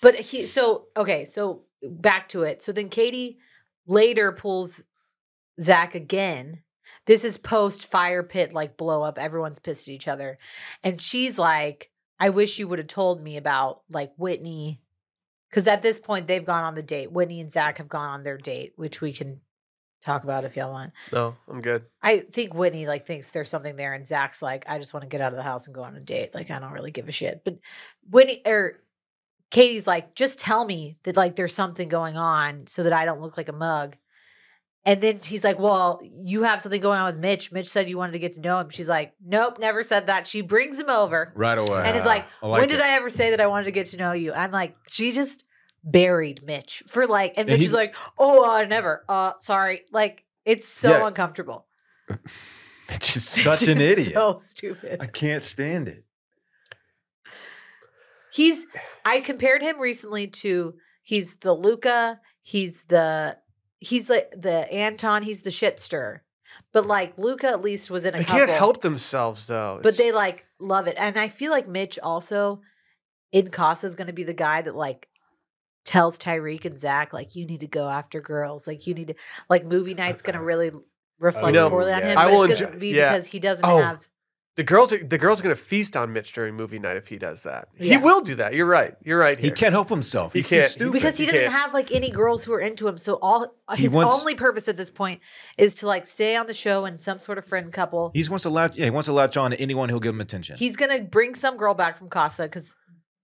But he so okay, so back to it. So then Katie later pulls Zach again. This is post fire pit like blow up. Everyone's pissed at each other. And she's like, I wish you would have told me about like Whitney. Cause at this point they've gone on the date. Whitney and Zach have gone on their date, which we can talk about if y'all want. No, I'm good. I think Whitney like thinks there's something there, and Zach's like, I just want to get out of the house and go on a date. Like, I don't really give a shit. But Whitney or Katie's like, just tell me that like there's something going on so that I don't look like a mug. And then he's like, Well, you have something going on with Mitch. Mitch said you wanted to get to know him. She's like, Nope, never said that. She brings him over Right away. and it's like, I like When did it. I ever say that I wanted to get to know you? I'm like, She just buried Mitch for like, and Yeah, Mitch he's- is like, Oh, uh, never. Uh, sorry. Like, it's so Yeah. uncomfortable. Mitch is such an Just idiot. So stupid. I can't stand it. He's. I compared him recently to. He's the Luca. He's the. He's like the Anton. He's the shit stirrer. But like Luca, at least was in a They couple. can't help themselves though. But they like love it, and I feel like Mitch also in Casa is going to be the guy that like tells Tyreek and Zach like you need to go after girls, like you need to like movie night's going to really reflect You know, poorly on yeah. him. I but will it's going enjoy- to be yeah. because he doesn't Oh. have the girls are, the girls are gonna feast on Mitch during movie night if he does that. He Yeah. will do that. You're right. You're right. He here. can't help himself. He He's can't. too stupid. because he You doesn't can't- have like any girls who are into him. So all He his wants- only purpose at this point is to like stay on the show and some sort of friend couple. He's wants to latch. Yeah, he wants to latch on to anyone who'll give him attention. He's gonna bring some girl back from Casa because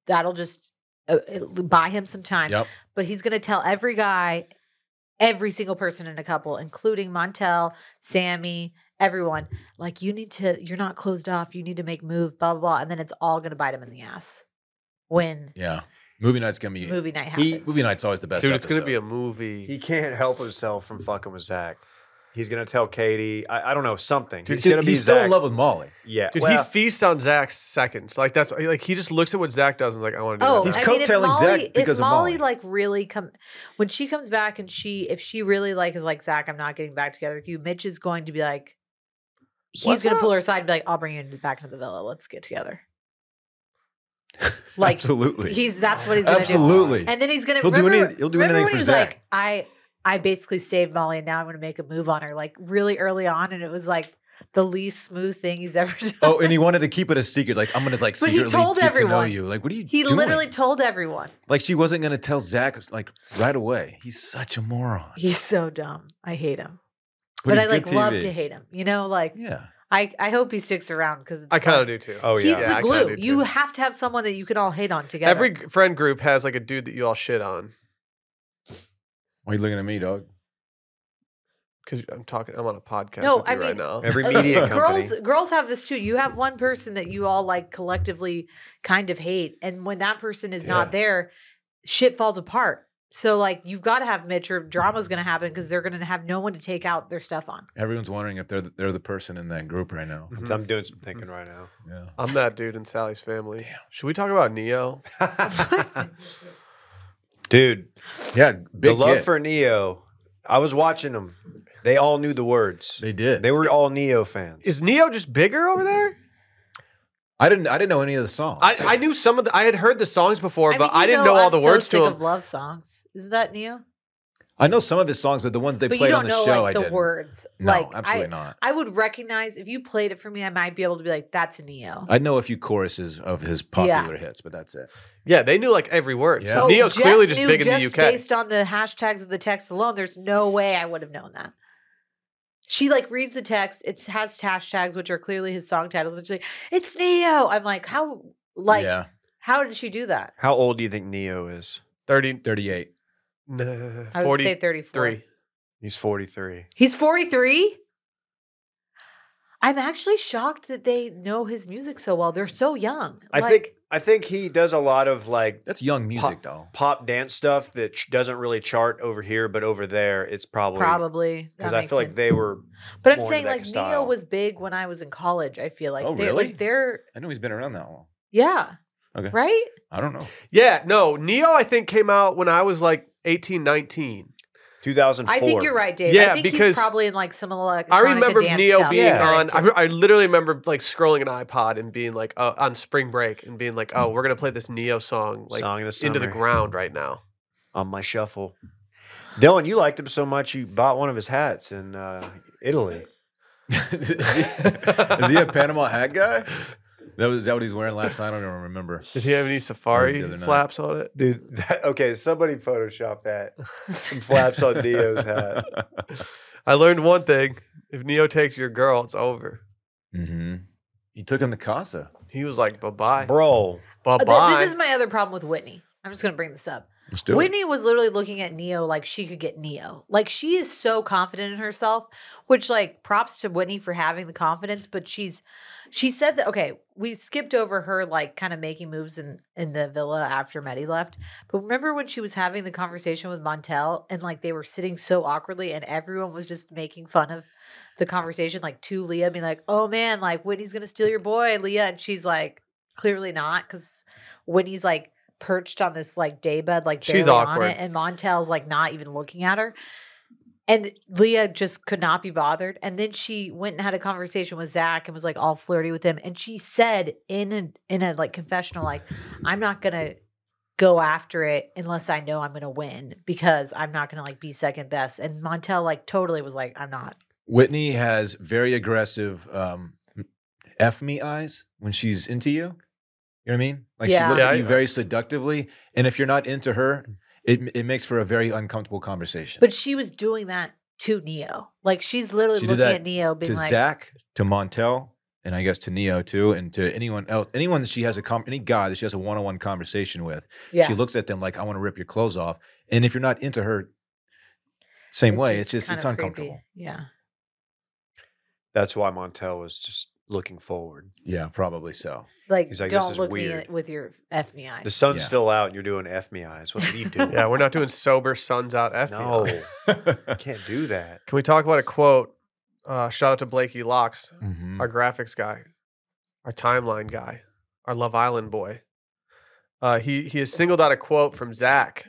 that'll just uh, it'll buy him some time. yep. But he's gonna tell every guy, every single person in a couple, including Montel, Sammy, everyone, like you need to. You're not closed off. You need to make move. Blah blah blah. And then it's all gonna bite him in the ass when Yeah. Movie night's gonna be. Movie, movie night He- happens. night's always the best. Dude, it's gonna episode. be a movie. he can't help himself from fucking with zach he's gonna tell katie i, I don't know something Dude, he's gonna be he's still zach. in love with Molly. yeah Dude, well, he feasts on Zach's seconds. Like that's like he just looks at what Zach does and is like, I want to do Oh, that. He's I now. mean, if coattailing Molly, Zach if because of Molly, Molly. like really come when she comes back and she if she really like is like Zach, I'm not getting back together with you. Mitch is going to be like, he's What's going to pull up? her aside and be like, I'll bring you into- back into the villa. Let's get together. Like Absolutely. he's that's what he's going to do. Absolutely. And then he's gonna. He'll do remember, any- he'll do remember anything when for he was Zach. Like I, I basically saved Molly, and now I'm gonna make a move on her. Like really early on, and it was like the least smooth thing he's ever done. oh, and he wanted to keep it a secret. Like I'm gonna like But he secretly told get to know everyone. you. Like what are you? he doing? literally told everyone. like she wasn't gonna tell Zach like right away. He's such a moron. He's so dumb. I hate him. But But, he's I like good love TV. to hate him. You know, like Yeah. I, I hope he sticks around because I kind of do too. oh He's yeah Yeah, I the kinda glue. do You too. have to have someone that you can all hate on together. Every g- friend group has like a dude that you all shit on Why are you looking at me, dog? because I'm talking. I'm on a podcast. No, with I you right mean- now. uh, every media company girls girls have this too. You have one person that you all like collectively kind of hate, and when that person is Yeah. not there, shit falls apart. So like you've got to have Mitch or drama's going to happen because they're going to have no one to take out their stuff on. Everyone's wondering if they're the, they're the person in that group right now. Mhm. mm-hmm. i'm doing some Mm-hmm. thinking right now Mm. Yeah. I'm that dude in Sally's family. Damn. Should we talk about Neo? Dude, Yeah. Big the love get. for Neo. I was watching him. They all knew the words. They did. They were all Neo fans. Is Neo just bigger over there? I didn't. I didn't know any of the songs. I, I knew some of the. I had heard the songs before, but I you didn't know, all I'm the so words sick to Of them. love songs. Is that Neo? I know some of his songs, but the ones they but you played don't on the know show, like the I didn't. words. No, like absolutely I, not. I would recognize if you played it for me. I might be able to be like, "That's a Neo." I know a few choruses of his popular hits, but that's it. Yeah, they knew like every word. Yeah. So Oh, Neo's Jess clearly just knew big in the just UK. Based on the hashtags of the text alone, there's no way I would have known that. She like reads the text. It has hashtags, which are clearly his song titles. And she's like, "It's Neo." I'm like, how? Like, yeah, how did she do that? How old do you think Neo is? Thirty, thirty-eight. no, I would say 33. 43. He's 43. He's 43. I'm actually shocked that they know his music so well. They're so young. I Like, think I think he does a lot of like That's young music, though. pop dance stuff that ch- doesn't really chart over here, but over there it's probably probably that because I makes feel like sense. they were But I'm more into saying that like Neo style. was big when I was in college. I feel like Oh, they're really? like they're I know he's been around that long. yeah. Okay. Right? I don't know. Yeah, no, Neo I think came out when I was like 18, 19. 2004. I think you're right, Dave. Yeah, I think because he's probably in like some like I remember Neo being Yeah. on. Uh, I, re- I literally remember like scrolling an iPod and being like uh, on spring break and being like, "Oh, we're gonna play this Neo song like Song of the into the Summer. ground right now." on my shuffle. Dylan, you liked him so much you bought one of his hats in uh, Italy. is, he, is he a Panama hat guy? That was is that what he's wearing last night. I don't even remember. Did he have any The safari other night. flaps on it? Dude, that, okay, somebody photoshopped that. Some flaps on Neo's hat. I learned one thing: if Neo takes your girl, it's over. hmm He took him to Casa. He was like, "Bye bye, Bro, bye Uh, th- bye." This is my other problem with Whitney. I'm just gonna bring this up. Let's do Whitney was literally looking at Neo like she could get Neo. Like she is so confident in herself, which like props to Whitney for having the confidence, but she's she said that okay, we skipped over her like kind of making moves in in the villa after Meddy left. But remember when she was having the conversation with Montel and like they were sitting so awkwardly and everyone was just making fun of the conversation like to Leah being like, "Oh man, like Whitney's going to steal your boy, Leah." And she's like, "Clearly not cuz Whitney's like perched on this like daybed like She's she's awkward. awkward. on it and Montel's like not even looking at her. And Leah just could not be bothered. And then she went and had a conversation with Zach and was like all flirty with him. And she said in a, in a like confessional, like, I'm not gonna go after it unless I know I'm gonna win because I'm not gonna like be second best. And Montel like totally was like, I'm not. Whitney has very aggressive um, F me eyes when she's into you. You know what I mean? Like Yeah. she looks Yeah, at I- you very seductively. And if you're not into her, it, it makes for a very uncomfortable conversation. But she was doing that to Neo. Like she's literally She did looking that at Neo being to like Zach, to Montel, and I guess to Neo too, and to anyone else, anyone that she has a com- any guy that she has a one on one conversation with, Yeah. she looks at them like, "I want to rip your clothes off." And if you're not into her, same way, it's just kind it's of creepy. uncomfortable. Yeah. that's why Montel was just looking forward. Yeah, probably so. Like, He's like, this don't is look me weird. in- with your F me eyes. The sun's Yeah. still out and you're doing F me eyes. What are you doing? yeah, we're not doing sober suns out. F No. eyes. Mm-hmm. Can't do that. Can we talk about a quote? Uh, shout out to Blakey Locks, Mhm. our Mm. graphics guy, our timeline guy, our Love Island boy. Uh, he he has singled out a quote from Zach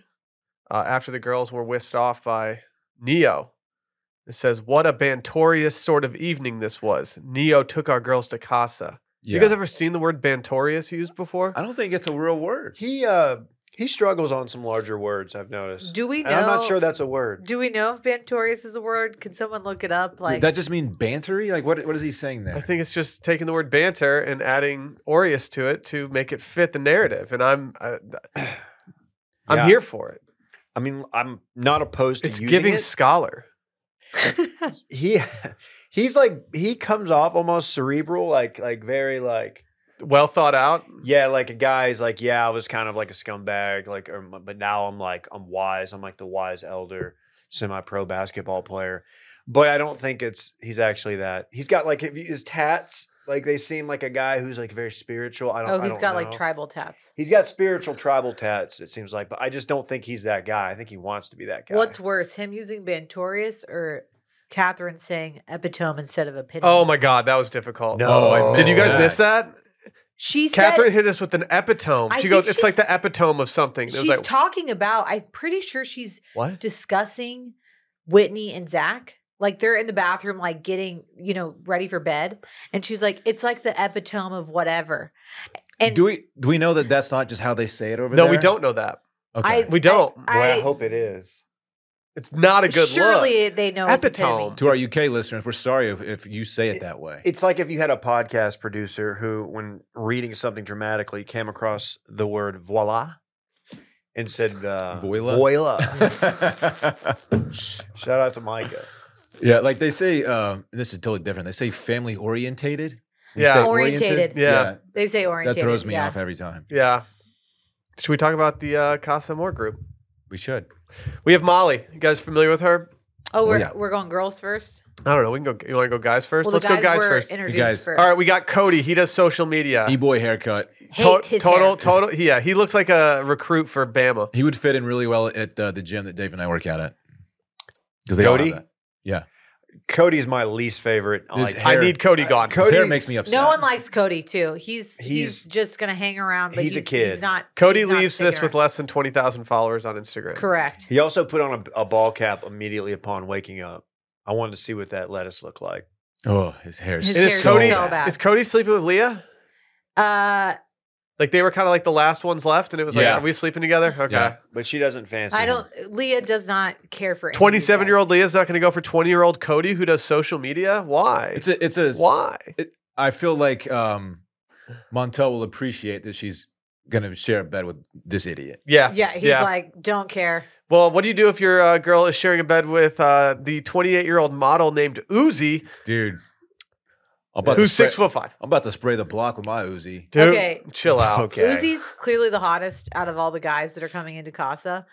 uh, after the girls were whisked off by Neo. It says, "What a bantorious sort of evening this was." Neo took our girls to casa. Yeah. You guys ever seen the word bantorious used before? I don't think it's a real word. He uh he struggles on some larger words, I've noticed. do we and know? I'm not sure that's a word. Do we know if Bantorius is a word? Can someone look it up? Like, Did that just mean bantery? Like what what is he saying there? I think it's just taking the word banter and adding aureus to it to make it fit the narrative, and I'm I, I'm Yeah. here for it. I mean, I'm not opposed to It's using giving it. scholar. he he's like he comes off almost cerebral, like like very like well thought out. yeah, like a guy's like yeah, I was kind of like a scumbag, like or, but now I'm like I'm wise. I'm like the wise elder, semi pro basketball player. But I don't think it's he's actually that. He's got like if you- his tats. Like they seem like a guy who's like very spiritual. I don't. oh, I he's don't got like know. tribal tats. He's got spiritual tribal tats. It seems like, but I just don't think he's that guy. I think he wants to be that guy. What's worse, him using Bantorius or Catherine saying epitome instead of epitome? Oh my god, that was difficult. No. Oh, I Oh. Did you guys missed miss that? She Catherine said hit us with an epitome. I she think goes, "It's like she's- the epitome of something." It was she's like, talking about. I'm pretty sure she's what? discussing Whitney and Zach. Like they're in the bathroom, like getting, you know, ready for bed. And she's like, it's like the epitome of whatever. And do we do we know that that's not just how they say it over No, there? we don't know that. Okay. I- We don't. Boy, I, I- hope it is. it's not a good look. surely they know it's Epitome. epitome. to our UK listeners, we're sorry if, if you say it that way. It's like if you had a podcast producer who, when reading something dramatically, came across the word voila and said uh, Voila? Shout out to Micah. yeah, like they say. Um, this is totally different. They say family orientated. You Yeah. say Orientated. Yeah. They say that oriented. throws me off every time. Yeah. Should we talk about the uh, Casa More group? We should. We have Molly. You guys familiar with her? Oh, we're, yeah. we're going girls first. I don't know. We can go. You want to go guys first? Well, Let's the guys go guys were first. introduced guys- first. All right, we got Cody. He does social media. E boy haircut. hate To- his total, hair. total. Yeah, he looks like a recruit for Bama. He would fit in really well at uh, the gym that Dave and I work out at. Because they Cody? Cody? Cody's my least favorite. His Like, hair- I need Cody gone. His Cody- hair makes me upset. No one likes Cody too. He's he's, He's- just gonna hang around. But he's, he's a He's kid. not. Cody he's not leaves this sticking with around. less than twenty thousand followers on Instagram. correct. He also put on a, a ball cap immediately upon waking up. I wanted to see what that lettuce looked like. Oh, his hair is His It is hair is Cody- so Is bad. Cody sleeping with Leah? Uh, Like they were kind of like the last ones left, and it was like, Yeah. are we sleeping together? Okay. Yeah. But she doesn't fancy. I him. don't. Leah does not care for any of these guys. Twenty-seven-year-old Leah's not going to go for twenty-year-old Cody who does social media. Why? It's a. It's a. Why? I feel like um, Montel will appreciate that she's gonna share a bed with this idiot. Yeah. Yeah, he's Yeah. like, don't care. Well, what do you do if your uh, girl is sharing a bed with uh, the 28-year-old model named Uzi, Dude. I'm about to who's six spray- foot five? I'm about to spray the block with my Uzi. Dude, Okay. chill out. Okay. Uzi's clearly the hottest out of all the guys that are coming into Casa.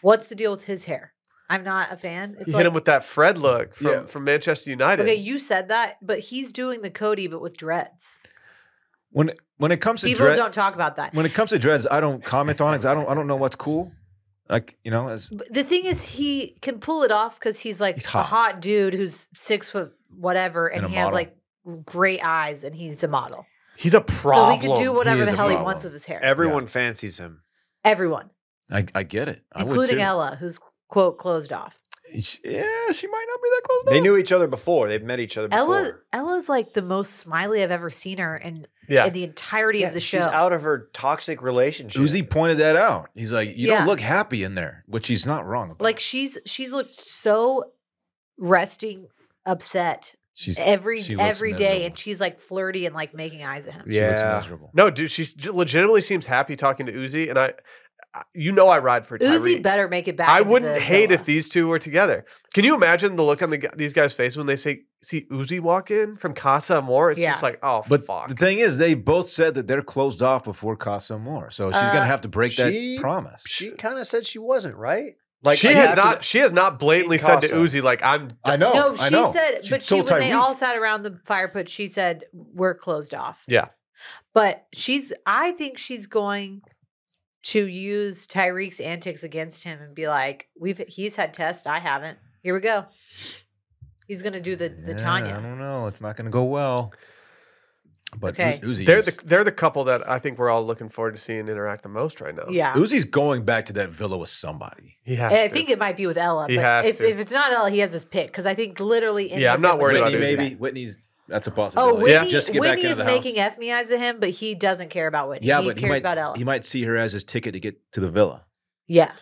What's the deal with his hair? I'm not a fan. It's you like, hit him with that Fred look from, Yeah. from Manchester United. okay, you said that, but he's doing the Cody, but with dreads. When when it comes to People dread, don't talk about that. when it comes to dreads, I don't comment on it. 'cause I don't I don't know what's cool. Like you know, as But the thing is, he can pull it off because he's like He's a hot. hot dude who's six foot whatever, and, And a he has model. like great eyes, and he's a model. He's a So problem. he can do whatever is the a hell he problem. wants with his hair. Everyone fancies him. Everyone, I, I get it, I would including too. Ella, who's quote closed off. She- Yeah, she might not be that close. They though. knew each other before. They've met each other before. Ella Ella's like the most smiley I've ever seen her in, yeah. in the entirety Yeah, of the show. she's out of her toxic relationship. Uzi pointed that out. He's like, you Yeah. don't look happy in there, which he's not wrong about. like she's she's looked so resting upset she's every she looks every day miserable. and she's like flirty and like making eyes at him. she looks Yeah. miserable. No, dude, she legitimately seems happy talking to Uzi, and I, I you know, I ride for Tyree. Uzi better make it back. I into wouldn't the hate villa. if these two were together. Can you imagine the look on the, gu- these guys' face when they say see Uzi walk in from Casa Amor? It's Yeah. just like, oh But fuck. the thing is, they both said that they're closed off before Casa More, so she's Uh, gonna have to break she- that promise. she kind of said she wasn't right. Like she like has after not. the- she has not blatantly said to Casa. Uzi like I'm. I know. No, I she know. said, but she told when they Tyreek. all sat around the fire pit, she said we're closed off. Yeah. but she's. I think she's going to use Tyreek's antics against him and be like, "We've he's had tests, I haven't. Here we go." He's gonna do the the Yeah, I Tanya. don't know. It's not gonna go well. But Okay. Uzi, They're is- the they're the couple that I think we're all looking forward to seeing interact the most right now. Yeah, Uzi's going back to that villa with somebody. he has. And I to. think it might be with Ella. He but has if, to. if it's not Ella, he has his pick because I think literally. in Yeah, her I'm not pick worried was about Whitney, Uzi. Uzi. maybe Whitney's. That's a Oh, possibility. Whitney, Yeah, just to get back Whitney into is the house. making F me eyes at him, but he doesn't care about Whitney. Yeah, he but cares he might, about Ella. he might see her as his ticket to get to the villa. Yeah.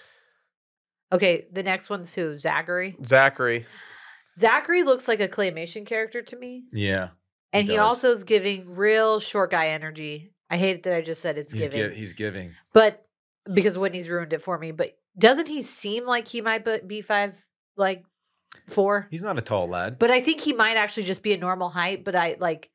Okay, the next one's who? Zachary. Zachary. Zachary looks like a claymation character to me, Yeah, and he, does. also is giving real short guy energy. I hate that I just said it's he's giving, gi- he's giving. but because Whitney's ruined it for me. But doesn't he seem like he might bu- be five, like four? He's not a tall lad. But I think he might actually just be a normal height. But I like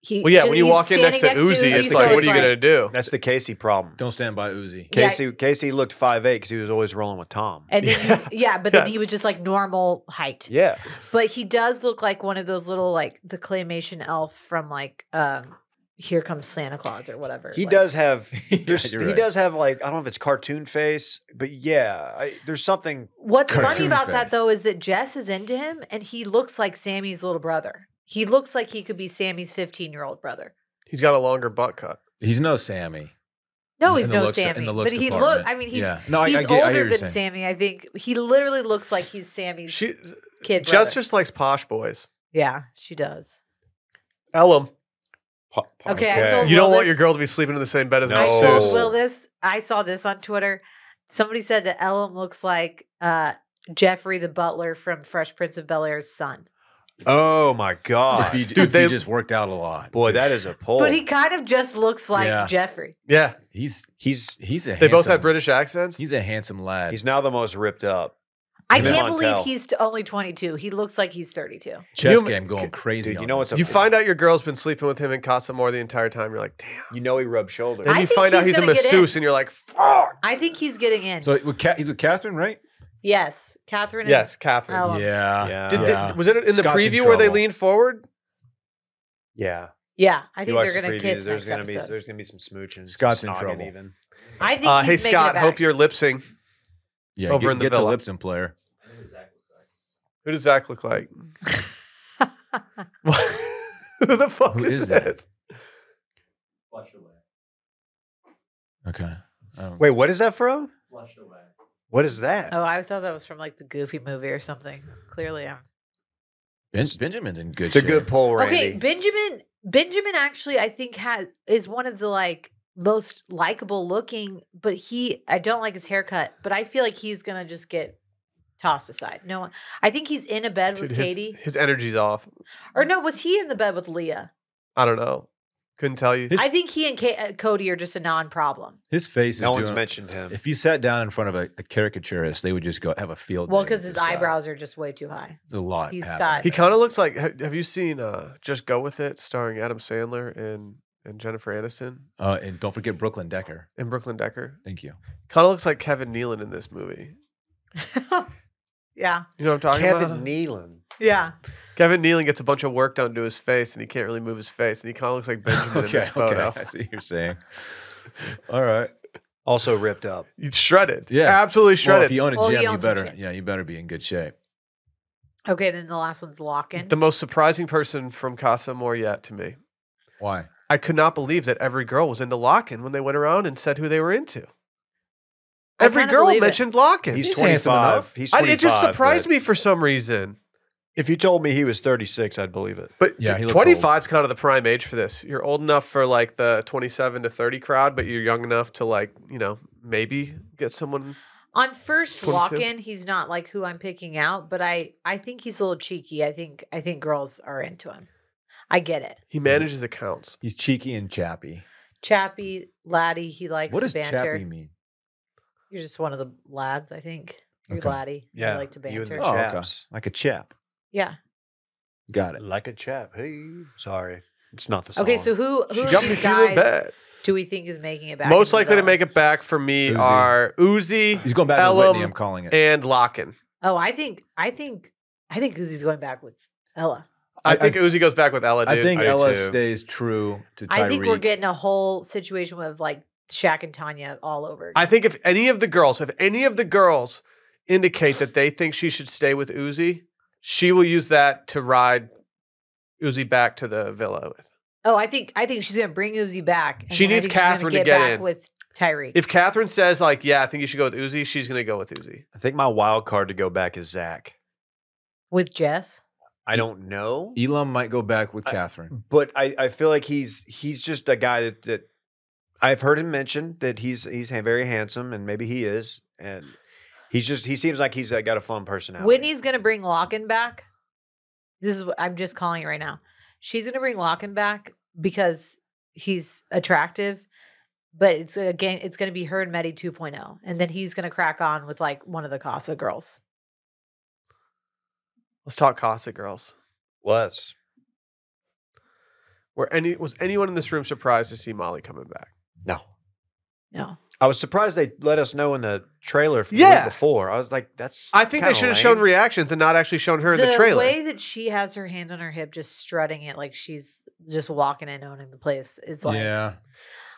he. Well, yeah. ju- When you he's walk in next to, standing Uzi, it's so like, what are you gonna do? That's the Casey problem. Don't stand by Uzi. Yeah. Casey Casey looked five eight because he was always rolling with Tom. And then yeah, Yeah. yeah but then he Yes. was just like normal height. yeah, But he does look like one of those little like the claymation elf from like um Here Comes Santa Claus or whatever. he like- does have. Yeah, There's, you're he right. does have like I don't know if it's cartoon face, but yeah, I, there's something. What's funny cartoon about that face. though is that Jess is into him and he looks like Sammy's little brother. He looks like he could be Sammy's 15 year old brother. He's got a longer butt cut. He's no Sammy. No, In he's the no looks- in Sammy. the But looks he look department. I mean he's yeah. no, I, he's I get, I hear older what than you're saying. Sammy, I think. He literally looks like he's Sammy's She kid. brother. Justice likes posh boys. Yeah, she does. Ellum, Po- po- Okay, I told you don't Well, want this- your girl to be sleeping in the same bed as I Mrs. No. told Seuss. Will this. I saw this on Twitter. Somebody said that Ellum looks like uh, Jeffrey the butler from Fresh Prince of Bel Air's son. Oh my god, if you, Dude, if you they- just worked out a lot, boy, dude. that is a poll. But he kind of just looks like Yeah. Jeffrey. Yeah, he's he's he's a. they both have handsome- British accents. He's a handsome lad. he's now the most ripped up. I Him and can't believe Montel. he's t- only 22. He looks like he's 32. chess You- game going crazy. Dude, you on know that. what's a you find out your girl's been sleeping with him and Casa More the entire time. You're like, damn. You know he rubbed shoulders. Then I you think find out he's he's a gonna get masseuse, and you're like, fuck. I think he's getting in. So with Ca- he's with Catherine, right? yes. Catherine. Yes, Catherine. Oh. Ellen. Yeah. yeah, Did they- Yeah. was it in the Scott's in preview where they trouble. leaned forward? yeah. yeah. I If think you watch they're the going to previews, kiss next There's gonna be episode. there's gonna be some smooching. Scott's some in snogging trouble. Even I think Uh, hey, he's making Scott, it hope back. you're lip sync. Yeah. Over get, in the get villa. to Lipton player. Who does Zach look like? What? Who the fuck Who is, is that? that? Flushed away. Okay. Um, Wait, what is that from? Flushed away. What is that? Oh, I thought that was from like the Goofy movie or something. Clearly, I'm. ben, Benjamin's in good. it's a shape. good poll, Randy. Okay, Benjamin. Benjamin actually, I think has is one of the like most likable looking, but he I don't like his haircut, but I feel like he's gonna just get tossed aside. No, one- I think he's in a bed Dude, with his- Katie, His, energy's off. or no, was he in the bed with Leah? I don't know. Couldn't tell you. His- I think he and Ka- uh, Cody are just a non-problem. His face. no is one's doing, mentioned him. If you sat down in front of a, a caricaturist, they would just Oh, go have a field. Well, day with because his this guy. eyebrows are just way too high. There's a lot. He's happening. got- he kind of looks like. Have, have you seen uh, Just Go with It, starring Adam Sandler and and Jennifer Aniston Uh, and don't forget Brooklyn Decker. and Brooklyn Decker? Thank you. Kind of looks like Kevin Nealon in this movie. yeah, You know what I'm talking Kevin about? Nealon. yeah. Kevin Nealon gets a bunch of work done to his face, and he can't really move his face, and he kind of looks like Benjamin in this photo. I see what you're saying. All right. Also ripped up. He's shredded. Yeah. absolutely Well, if shredded. you own a Well, he gym, you owns a better. gym. Yeah, you better be in good shape. Okay, then the last one's Lockin. the most surprising person from Casa More yet to me. Why? I could not believe that every girl was into Lockin when they went around and said who they were into. I Every kinda girl believe it. mentioned Lockin. He's, He's twenty handsome five. enough. He's I, 25. it just surprised but me for some reason. If you told me he was thirty six, I'd believe it. But Yeah, he looks old. 25 is kind of the prime age for this. You're old enough for like the 27 to 30 crowd, but you're young enough to like, you know, maybe get someone. On first 22. walk-in, he's not like who I'm picking out, but I I think he's a little cheeky. I think I think girls are into him. I get it. He manages accounts. He's cheeky and chappy. Chappy, laddie, he likes What to does banter. chappy mean? You're just one of the lads, I think. You're Okay. laddie. Yeah, You like to you and the banter. Oh, okay. Chaps. Like a chap. Yeah. Got it. Like a chap. Hey, sorry, it's not the song. Okay, so who who She of got me these feeling guys bad. do we think is making it back? Most into the likely to villa? make it back for me Uzi. are Uzi He's going back to Ellum Whitney. I'm calling it. and Lockin. Oh, I think I think I think Uzi's going back with Ella. I, I- think Uzi goes back with Ella, dude. I think I do Ella too. stays true to Tyreek. I think we're getting a whole situation with like Shaq and Tanya all over. I think if any of the girls, if any of the girls indicate that they think she should stay with Uzi, she will use that to ride Uzi back to the villa with. Oh, I think I think she's gonna bring Uzi back. and She then I needs think she's gonna Catherine to get back in. with Tyreek. If Catherine says like, "Yeah, I think you should go with Uzi," she's gonna go with Uzi. I think my wild card to go back is Zach. with Jess. I don't know, Elam might go back with I- Catherine. but I, I feel like he's he's just a guy that, that I've heard him mention that he's he's ha- very handsome and maybe he is and he's just he seems like he's uh, got a fun personality. Whitney's gonna bring Locken back. This is what I'm just calling it right now. She's gonna bring Locken back because he's attractive, but it's again it's gonna be her and Meddy 2.0, oh, and then he's gonna crack on with like one of the Casa girls. Let's talk Casa girls. Let's. Were any was anyone in this room surprised to see Molly coming back? No, No, I was surprised they let us know in the trailer from the Yeah. week before. I was like, that's. I think they kinda should have lame. shown reactions and not actually shown her in the, trailer. way that she has her hand on her hip, just strutting it like she's just walking and owning the place is like yeah.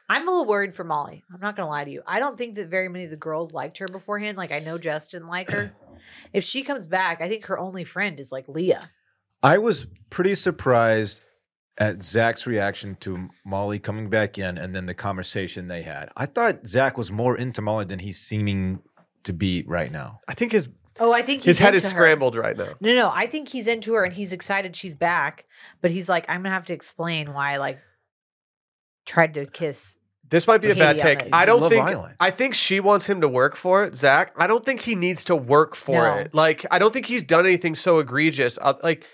I'm a little worried for Molly. I'm not gonna lie to you. I don't think that very many of the girls liked her beforehand. Like I know Jess didn't like her. if she comes back, I think her only friend is like Leah. I was pretty surprised at Zach's reaction to Molly coming back in and then the conversation they had. I thought Zach was more into Molly than he's seeming to be right now. I think his Oh, I think His he's head is into her. scrambled right now. No, no, I think he's into her and he's excited she's back, but he's like, I'm gonna have to explain why I like tried to kiss. This might be a He's bad young. take. He's I in don't Love think. Island. I think she wants him to work for it, Zach. I don't think he needs to work for No. it. Like, I don't think he's done anything so egregious. Uh, like,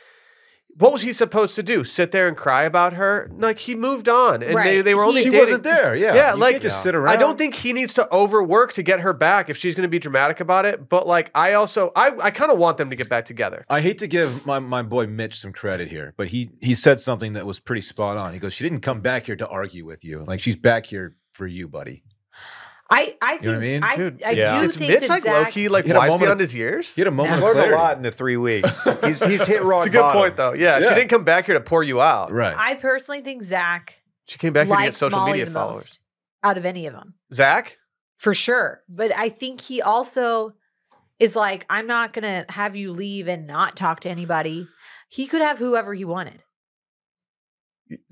what was he supposed to do? Sit there and cry about her? Like, he moved on, and they, Right. they were only she dating. wasn't there. Yeah, Yeah, You like- can't just No. sit around. I don't think he needs to overwork to get her back if she's going to be dramatic about it. But like, I also, I, I kind of want them to get back together. I hate to give my, my boy Mitch some credit here, but he he said something that was pretty spot on. He goes, "She didn't come back here to argue with you. Like she's back here for you, buddy." I, I think You know what I mean? I, Dude, I yeah. do It's think Mitch that like Zach, low key, like He had a wise moment of- beyond his years. He had a moment Yeah. of Learned a clarity. lot in the three weeks. He's he's hit rock It's a good bottom. point, though. Yeah, she Yeah. didn't come back here to pour you out. Right. I personally think Zach She came back here to get likes social Molly media the followers. most out of any of them. Zach, for sure. But I think he also is like, I'm not going to have you leave and not talk to anybody. He could have whoever he wanted.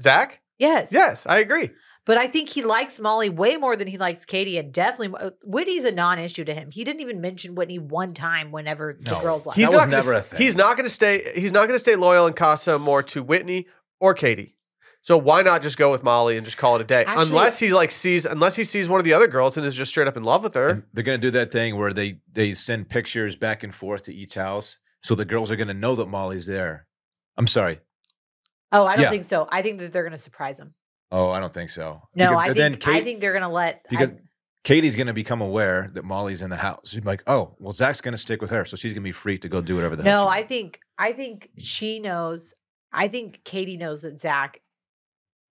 Zach, Yes. yes, I agree. But I think he likes Molly way more than he likes Katie, and definitely mo- uh, Whitney's a non-issue to him. He didn't even mention Whitney one time. Whenever the No. girls left, He's was not gonna, never a s- thing. He's not going to stay. He's not going to stay loyal in Casa more to Whitney or Katie. So why not just go with Molly and just call it a day? Actually- unless he like sees, unless he sees one of the other girls and is just straight up in love with her. And they're gonna do that thing where they they send pictures back and forth to each house, so the girls are gonna know that Molly's there. I'm sorry. oh, I don't Yeah. think so. I think that they're going to surprise him. Oh, I don't think so. No, Because- I but think I Kate- think they're going to let. I- because Katie's gonna become aware that Molly's in the house. She's like, oh, well, Zach's gonna stick with her, so she's gonna be free to go do whatever the hell. no, she I think I think she knows. I think Katie knows that Zach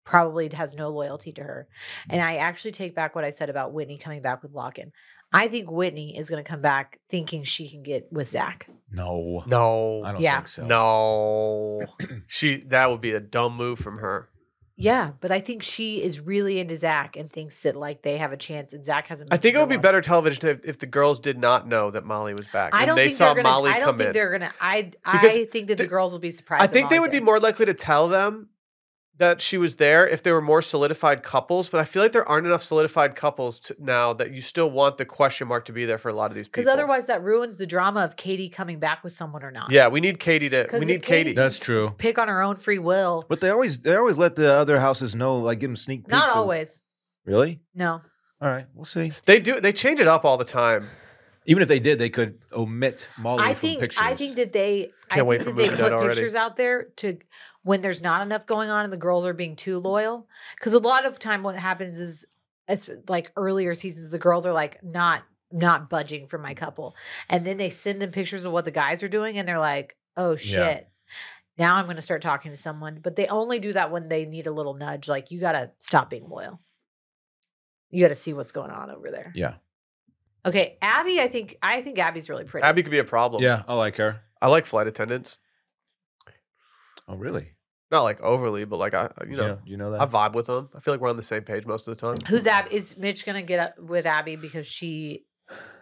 probably has no loyalty to her. Mm. And I actually take back what I said about Whitney coming back with Locken. I think Whitney is going to come back thinking she can get with Zach. No, No, I don't Yeah. think so. no, she that would be a dumb move from her. Yeah, but I think she is really into Zach and thinks that like they have a chance, and Zach hasn't. I think it would be mentioned her better television if, if the girls did not know that Molly was back. once. I and don't they think saw they're gonna, Molly I don't come think in. they're gonna. I Because I think that the th- girls will be surprised. I that think they Molly's would be there. more likely to tell them that she was there if there were more solidified couples, but I feel like there aren't enough solidified couples to, now that you still want the question mark to be there for a lot of these people. because otherwise that ruins the drama of Katie coming back with someone or not. yeah, we need Katie to. 'Cause We if need Katie- Katie. that's true. pick on her own free will. But they always they always let the other houses know, like give them sneak peeks. Not of- always. Really? No. All right, we'll see. They do. They change it up all the time. Even if they did, they could omit Molly I from think pictures. I think that they I Can't wait think for that they Moving put Out already. pictures out there to when there's not enough going on and the girls are being too loyal. Because a lot of time what happens is as like earlier seasons, the girls are like not not budging for my couple. And then they send them pictures of what the guys are doing and they're like, oh shit. Yeah. Now I'm gonna start talking to someone. But they only do that when they need a little nudge, like you gotta stop being loyal. You gotta see what's going on over there. Yeah. Okay, Abby, I think I think Abby's really pretty. Abby could be a problem. yeah, I like her. I like flight attendants. Oh, really? Not like overly, but like I, you know, do you know that? I vibe with them. I feel like we're on the same page most of the time. Who's Abby? Is Mitch gonna get up with Abby because she,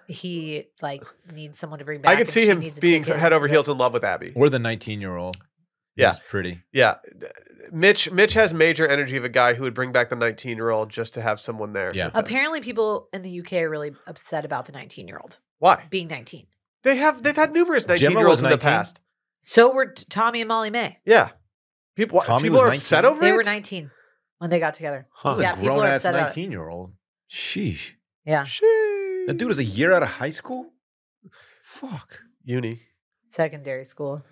he like needs someone to bring back? I could and see she him needs a being ticket head to over the- heels in love with Abby. or the 19 year old. Yeah. She's pretty. Yeah, Mitch. Mitch has major energy of a guy who would bring back the 19 year old just to have someone there. Yeah. with them. Apparently, people in the UK are really upset about the 19 year old Why? being 19. They have they've had numerous Gemma 19 year olds was in the 19? past. So were T- Tommy and Molly May. Yeah. People Tommy people was are upset 19? over They it. were 19 when they got together. Huh. Yeah, a people are grown ass upset about it. 19 year old. Sheesh. Yeah, Sheesh. That dude is a year out of high school? Fuck. uni. secondary school.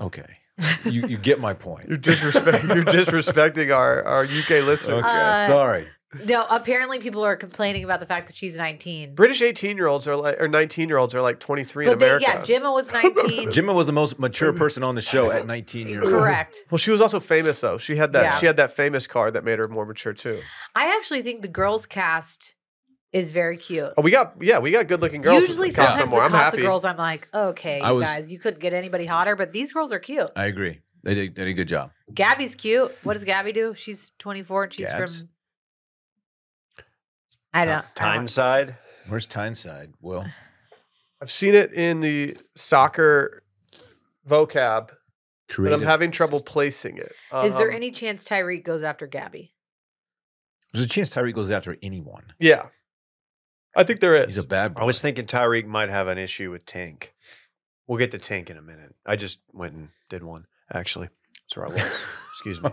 Okay. You, you get my point. You're disrespect you're disrespecting our, our UK listener. Okay. Uh, sorry. No, apparently people are complaining about the fact that she's 19. British 18 year olds are like or 19 year olds are like 23 in But they, America. yeah, Gemma was 19. Jimma was the most mature person on the show at 19 years old. Correct. well, she was also famous though. She had that Yeah. she had that famous card that made her more mature too. I actually think the girls cast is very cute. Oh, we got yeah, we got good looking girls. in Usually, the cast sometimes somewhere. the I'm Casa happy. girls, I'm like, okay, I you was- guys, you couldn't get anybody hotter, but these girls are cute. I agree. They did, they did a good job. Gabby's cute. What does Gabby do? She's 24 and she's Gabs? from. I don't. I Time don't- side. Where's Tyneside? Will. I've seen it in the soccer vocab, but I'm Creative having trouble assist- placing it. Is there Um, any chance Tyreek goes after Gabby? There's a chance Tyree goes after anyone. Yeah. I think there He's is. a bad boy. I was thinking Tyreek might have an issue with Tink. We'll get to Tink in a minute. I just went and did one, actually. That's where I was. Excuse me.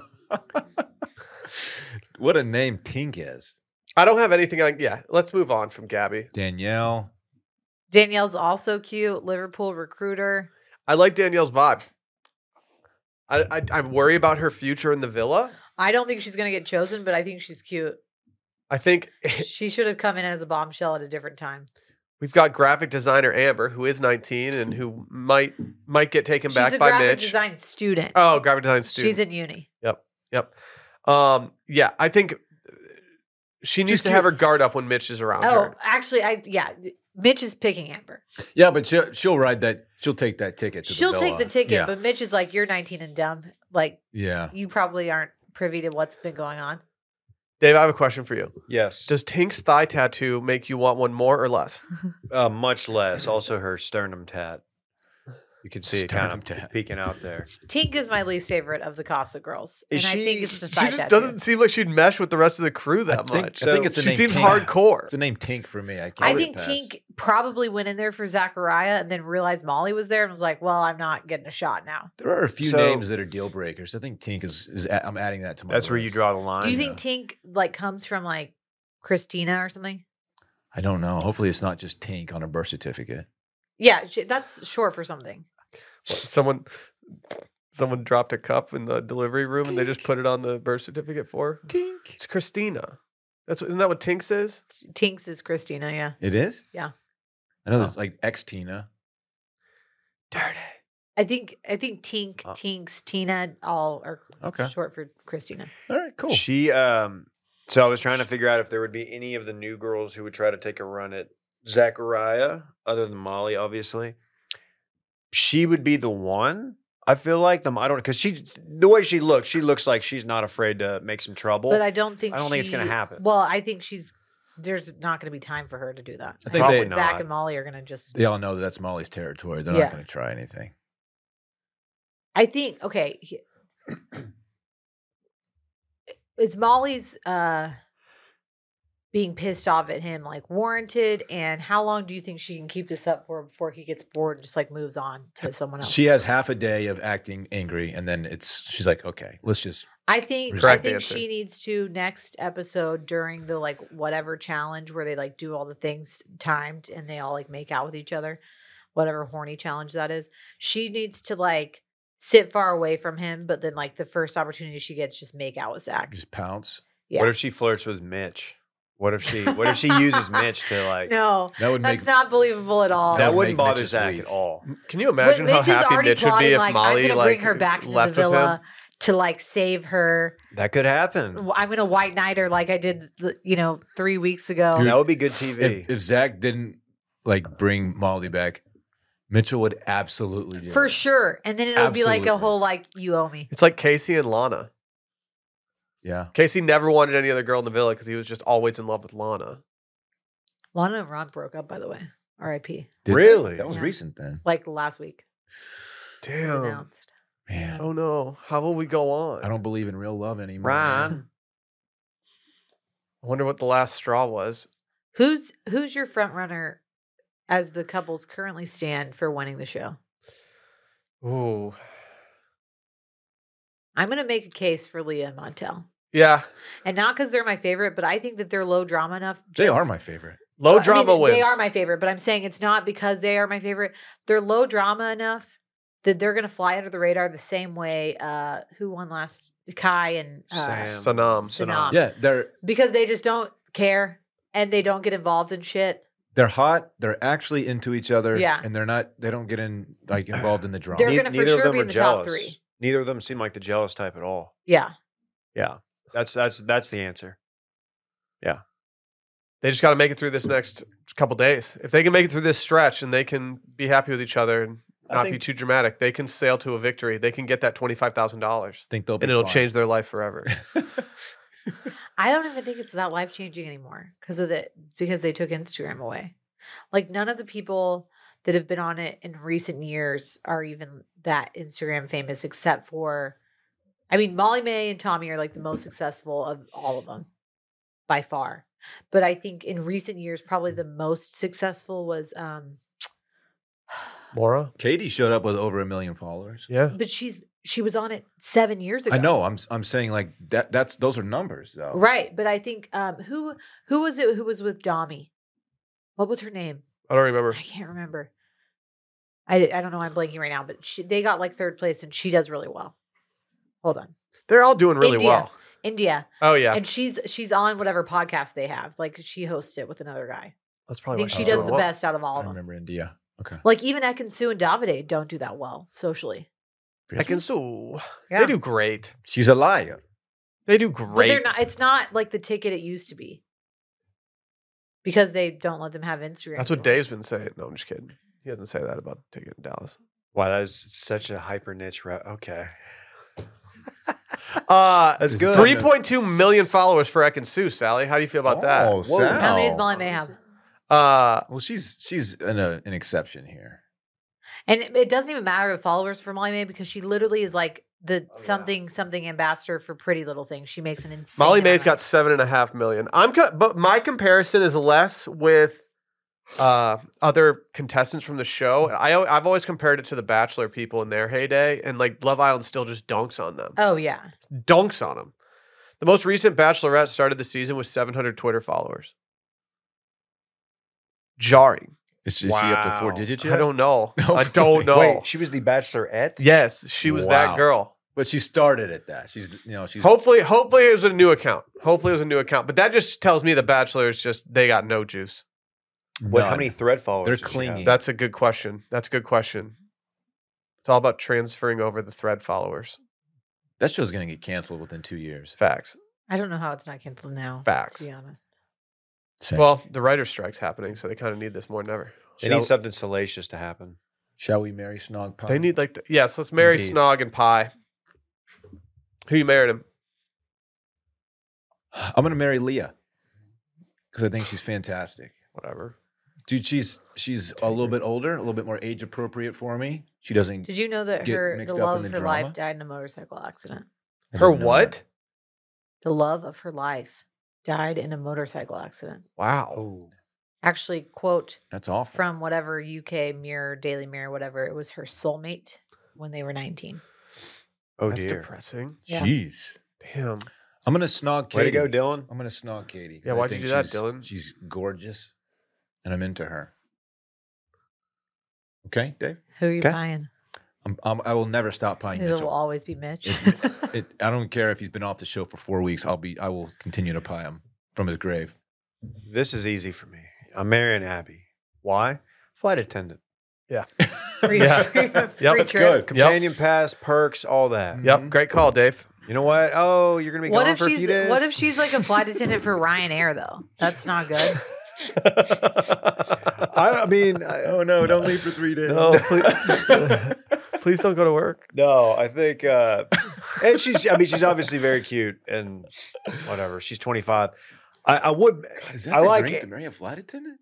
what a name Tink is. I don't have anything on. Yeah, let's move on from Gabby. Danielle. Danielle's also cute. Liverpool recruiter. I like Danielle's vibe. I, I I worry about her future in the villa. I don't think she's gonna get chosen, but I think she's cute. I think she should have come in as a bombshell at a different time. we've got graphic designer Amber, who is 19 and who might might get taken She's back a by graphic Mitch. design student. Oh, graphic design student. she's in uni. Um, yeah, I think uh, she needs She's to have her cute. guard up when Mitch is around Oh, her. actually, I yeah. Mitch is picking Amber. Yeah, but she'll, she'll ride that. She'll take that ticket. To She'll take the villa. ticket, Yeah. but Mitch is like, "You're 19 and dumb. Like, yeah. you probably aren't privy to what's been going on." Dave, I have a question for you. Yes. Does Tink's thigh tattoo make you want one more or less? Uh, much less. Also, her sternum tat. You can see Sternum it kind tat. of peeking out there. Tink is my least favorite of the Casa girls, and Is I think she- it's the She thigh just tattoo. doesn't seem like she'd mesh with the rest of the crew I that think, much. I think So it's a she name. seems Tink. hardcore. It's a name Tink for me. I can't. I let it think pass. Tink probably went in there for Zachariah and then realized Molly was there and was like, "Well, I'm not getting a shot now." There are a few So- names that are deal breakers. I think Tink is. is a- I'm adding that to my. That's where you list. draw the line. Do you I think Tink like comes from like Christina or something? I don't know. Hopefully, it's not just Tink on a birth certificate. Yeah, she, that's short for something. What, Someone someone dropped a cup in the delivery room and they just put it on the birth certificate for. her. Tink. It's Christina. That's isn't that what Tink says? Tinks is Christina. Yeah, It is. Yeah. I know. There's like ex Tina. Dirty. I think I think Tink, Oh. Tinks, Tina, all are Okay. short for Christina. All right. Cool. She um so I was trying to figure out if there would be any of the new girls who would try to take a run at Zachariah, other than Molly, obviously. She would be the one. I feel like them. I don't because she the way she looks, she looks like she's not afraid to make some trouble. But I don't think I don't think it's gonna she- happen. Well, I think she's there's not going to be time for her to do that. I think Probably they, not. Zach and Molly are going to just. they all know that that's Molly's territory. They're Yeah. not going to try anything. I think okay. he- it's Molly's uh being pissed off at him like warranted and how long do you think she can keep this up for before he gets bored and just like moves on to someone else? She has half a day of acting angry, and then it's she's like, okay, let's just I think Correct I think answer. she needs to next episode during the like whatever challenge where they like do all the things timed and they all like make out with each other, whatever horny challenge that is. She needs to like sit far away from him, but then like the first opportunity she gets, just make out with Zach. just pounce. Yeah. What if she flirts with Mitch? What if she what if she uses Mitch to like No, That would that's make not believable at all. that would wouldn't make bother Mitch's Zach week. at all. Can you imagine But how Mitch is happy already Mitch would be plotting, if like, I'm Molly gonna like bring her back into the left with him? villa to like save her. That could happen. I'm gonna white knight her like I did, the- you know, three weeks ago. Dude, that would be good TV. if, if Zach didn't like bring Molly back, Mitchell would absolutely do For it. sure. And then it'll be like a Absolutely. whole like you owe me. It's like Casey and Lana. Yeah, Casey never wanted any other girl in the villa because he was just always in love with Lana. Lana and Ron broke up, by the way. R.I.P. Really? That was Yeah. recent then. Like last week. it was Damn. announced. Man, Oh no. How will we go on? I don't believe in real love anymore. man. Ryan. I wonder what the last straw was. Who's who's your front runner as the couples currently stand for winning the show? Ooh. I'm gonna make a case for Leah and Montel. Yeah. And not because they're my favorite, but I think that they're low drama enough. They just- are my favorite. Low Well, I mean, drama wins. They are my favorite, but I'm saying it's not because they are my favorite. They're low drama enough that they're gonna fly under the radar the same way uh who won last Kai and uh, Sam. Sanam. Sanam. Yeah, they're because they just don't care and they don't get involved in shit. they're hot. They're actually into each other. Yeah. and they're not. They don't get in like involved in the drama. They're Nei- gonna for neither of sure them be are in the top jealous. three. Neither of them seem like the jealous type at all. Yeah. Yeah. That's that's that's the answer. They just got to make it through this next couple days. If they can make it through this stretch and they can be happy with each other and I not be think- too dramatic, they can sail to a victory. They can get that $25,000 think they'll be and it'll fine. change their life forever. I don't even think it's that life changing anymore because of the because they took Instagram away. Like none of the people that have been on it in recent years are even that Instagram famous except for I mean Molly May and Tommy are like the most successful of all of them by far. But I think in recent years, probably the most successful was, um, Laura. Katie showed up with over a million followers. Yeah. but she's she was on it seven years ago. I know. I'm I'm saying like that. That's those are numbers Oh. though. right? But I think um, who who was it who was with Dami? What was her name? I don't remember. I can't remember. I I don't know. why I'm blanking right now. But she, they got like third place, and she does really well. Hold on, They're all doing really India. well. India, Oh yeah, and she's she's on whatever podcast they have. Like she hosts it with another guy. that's I probably. think why she she's does doing the well. best out of all I of them. remember India. Okay. Like even Ekansu and Davide don't do that well socially. I can so Yeah. they do great. She's a liar. They do But great. they're not it's not like the ticket it used to be. Because they don't let them have Instagram. That's what anymore. Dave's been saying. No, I'm just kidding. He doesn't say that about taking Dallas. Wow, that is such a hyper niche route. Okay. Uh, That's Is it good. three- 3.2 million followers for Ekin Sue, Sally. How do you feel about Oh, that? Sal. How many does Oh. Molly May have? Uh, Well, she's she's an uh, an exception here. And it, it doesn't even matter the followers for Molly May because she literally is like the yeah. something something ambassador for pretty little things. She makes an insane Molly May's has got seven and a half million. I'm, co- but my comparison is less with uh, other contestants from the show. I, al- I've always compared it to the Bachelor people in their heyday, and like Love Island still just dunks on them, Oh yeah. dunks on them. The most recent Bachelorette started the season with 700 Twitter followers. Jarring. Is she, is she up to four Wow. digits yet? I don't know. No, I don't wait. know. Wait, she was the Bachelorette. Yes, she was Wow. that girl. But she started at that. She's you know she's Hopefully, hopefully it was a new account. Hopefully it was a new account. But that just tells me the Bachelor is just they got no juice. What, how none. many thread followers? They're does she have? clingy. That's a good question. That's a good question. It's all about transferring over the thread followers. That show's gonna get canceled within two years. Facts. I don't know how it's not canceled now. To Facts. be honest. Same. Well, the writer's strike's happening, so they kind of need this more than ever. They Shall- need something salacious to happen. shall we marry Snog Pie? They need like the, yes. Let's marry Indeed. Snog and Pie. Who you married him? I'm gonna marry Leah because I think she's fantastic, Whatever. dude. She's she's a little bit older, a little bit more age appropriate for me. She doesn't. Did you know that Get her mixed the up love in of her the life drama? died in a motorcycle accident? I Her didn't know what? that. The love of her life died in a motorcycle accident. Wow. Oh, Actually, quote That's awful. from whatever UK Mirror, Daily Mirror, whatever. It was her soulmate when they were 19. oh That's dear. depressing. Yeah. Jeez. Damn. I'm gonna snog Katie. Way to go, Dylan. I'm gonna snog Katie. 'cause Yeah, I why'd you think do that, she's- Dylan? She's gorgeous, and I'm into her. Okay, Dave. Who are you Okay. buying? I'm, I'm, I will never stop playing It'll Mitchell. always be Mitch. It- it- I don't care if he's been off the show for four weeks. I'll be. I will continue to pie him from his grave. This is easy for me. I'm marrying Abby. Why? Flight attendant. Free- Yeah. free- Yep, free that's trips. Yep. Companion pass, perks, all that. Mhm. Yep. Great call, Dave. You know what? Oh, you're gonna be What gone if for a few she's days. what if she's like a flight attendant for Ryanair though? That's not good. I, I mean, I, oh no, don't leave for three days. No, please, please don't go to work. No, I think, uh, and she's. I mean, she's obviously very cute and whatever. She's 25. I, I would. God, is that I the like drink it. to marry a flight attendant?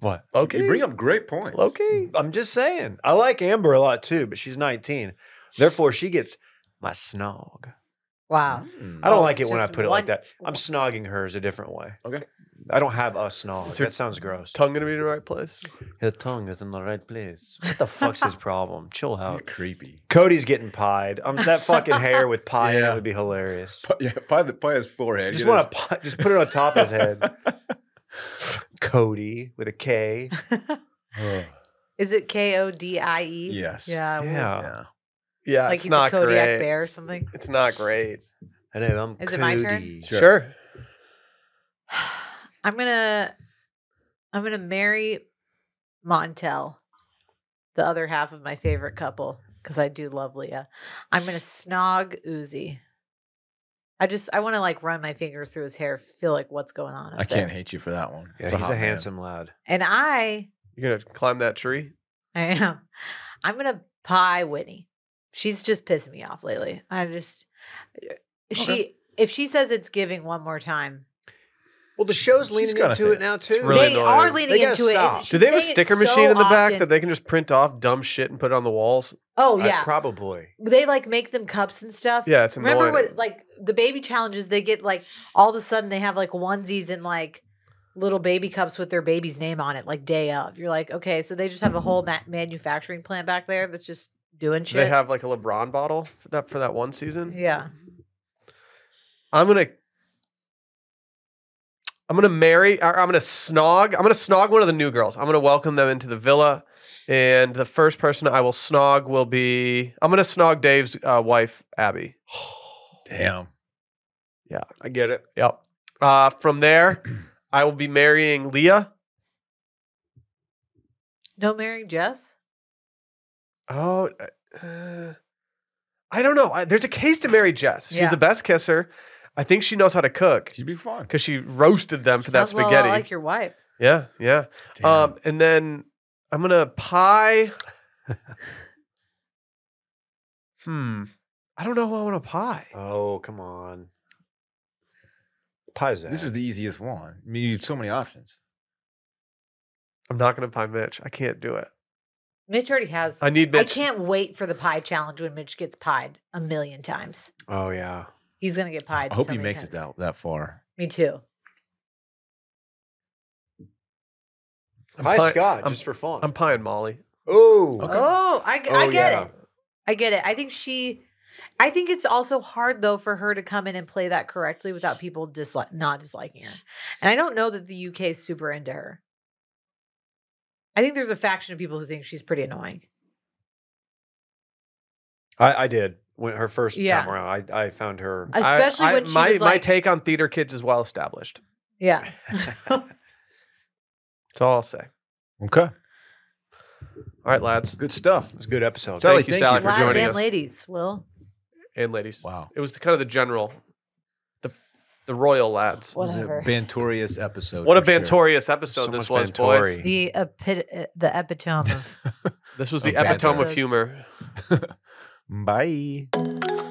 What? Okay. You bring up great points. Loki. I'm just saying. I like Amber a lot too, but she's 19. Therefore, she gets my snog. Wow. Hmm. I don't Oh, like it's it when I just put it one- like that. I'm snogging hers a different way. Okay. I don't have a snog. Is her that sounds gross. Tongue gonna be in the right place. Her tongue is in the right place. What the fuck's his problem? Chill He's out. creepy. Cody's getting pied. Um, that fucking hair with pie in Yeah. it would be hilarious. Pie, yeah, pie the pie his forehead. Just you know. want to just put it on top of his head. Cody with a K. Oh, Is it K O D I E? Yes. Yeah. well, Yeah. yeah. Yeah, Like it's he's not a Kodiak great. bear or something. It's not great. Hello, I'm Is Cody. it my turn? Sure. Sure. I'm gonna I'm gonna marry Montel, the other half of my favorite couple, because I do love Leah. I'm gonna snog Uzi. I just I want to like run my fingers through his hair, feel like what's going on. Up I there. can't hate you for that one. Yeah, It's he's hot a man. handsome lad. And I You're gonna climb that tree. I am. I'm gonna pie Whitney. She's just pissing me off lately. I just uh, she if she says it's giving one more time, Well, the show's She's leaning gotta say into it it. now too. It's really they annoying. are leaning They gotta into it. stop. and she's Do they have a saying it sticker so machine in the back often. that they can just print off dumb shit and put it on the walls? Oh I'd yeah, probably. they like make them cups and stuff. Yeah, it's annoying. Remember what like the baby challenges? They get like all of a sudden they have like onesies and like little baby cups with their baby's name on it, like day of. You're like, okay, so they just have a whole ma- manufacturing plant back there that's just doing Do they shit. have like a LeBron bottle for that for that one season? yeah, I'm gonna I'm gonna marry or I'm gonna snog I'm gonna snog one of the new girls. I'm gonna welcome them into the villa. And the first person I will snog will be I'm gonna snog Dave's uh, wife, Abby. Damn. I get it. Yep. Uh, from there, I will be marrying Leah. no marrying Jess. Oh, uh, I don't know. I, there's a case to marry Jess. She's Yeah. the best kisser. I think she knows how to cook She'd be fun. because she roasted them for that Sounds a lot spaghetti. like your wife. yeah, yeah. Uh, Um, and then I'm gonna pie. hmm. I don't know who I want to pie. Oh, come on. Pie's this is the easiest one. I mean, you have so many options. I'm not gonna pie Mitch. I can't do it. Mitch already has. I need I Mitch. can't wait for the pie challenge when Mitch gets pied a million times. Oh yeah. He's gonna get pied. I hope so he many makes it times. that that far. Me too. I'm Pie pi- Scott, I'm- just for fun. I'm pieing Molly. oh. Okay. Oh, I, g- I Oh, get yeah. it. I get it. I think she, I think it's also hard though for her to come in and play that correctly without people dislike not disliking her. And I don't know that the UK is super into her. I think there's a faction of people who think she's pretty annoying. I, I did when her first Yeah. time around. I, I found her. I- Especially when she my was my like- take on theater kids is well established. Yeah. That's all I'll say. Okay. All right, lads Good stuff. It was a good episode. Sally, Sally, thank you, thank Sally, you. for Wow, joining damn us ladies. Will and ladies. Wow. It was the, kind of the general, the the royal lads. It was a Whatever. bantorious episode. What a Oh, for sure. bantorious episode So this much was, Bantori. boys. the epit- the epitome of This was Of the epitome of banter. humor. Bye.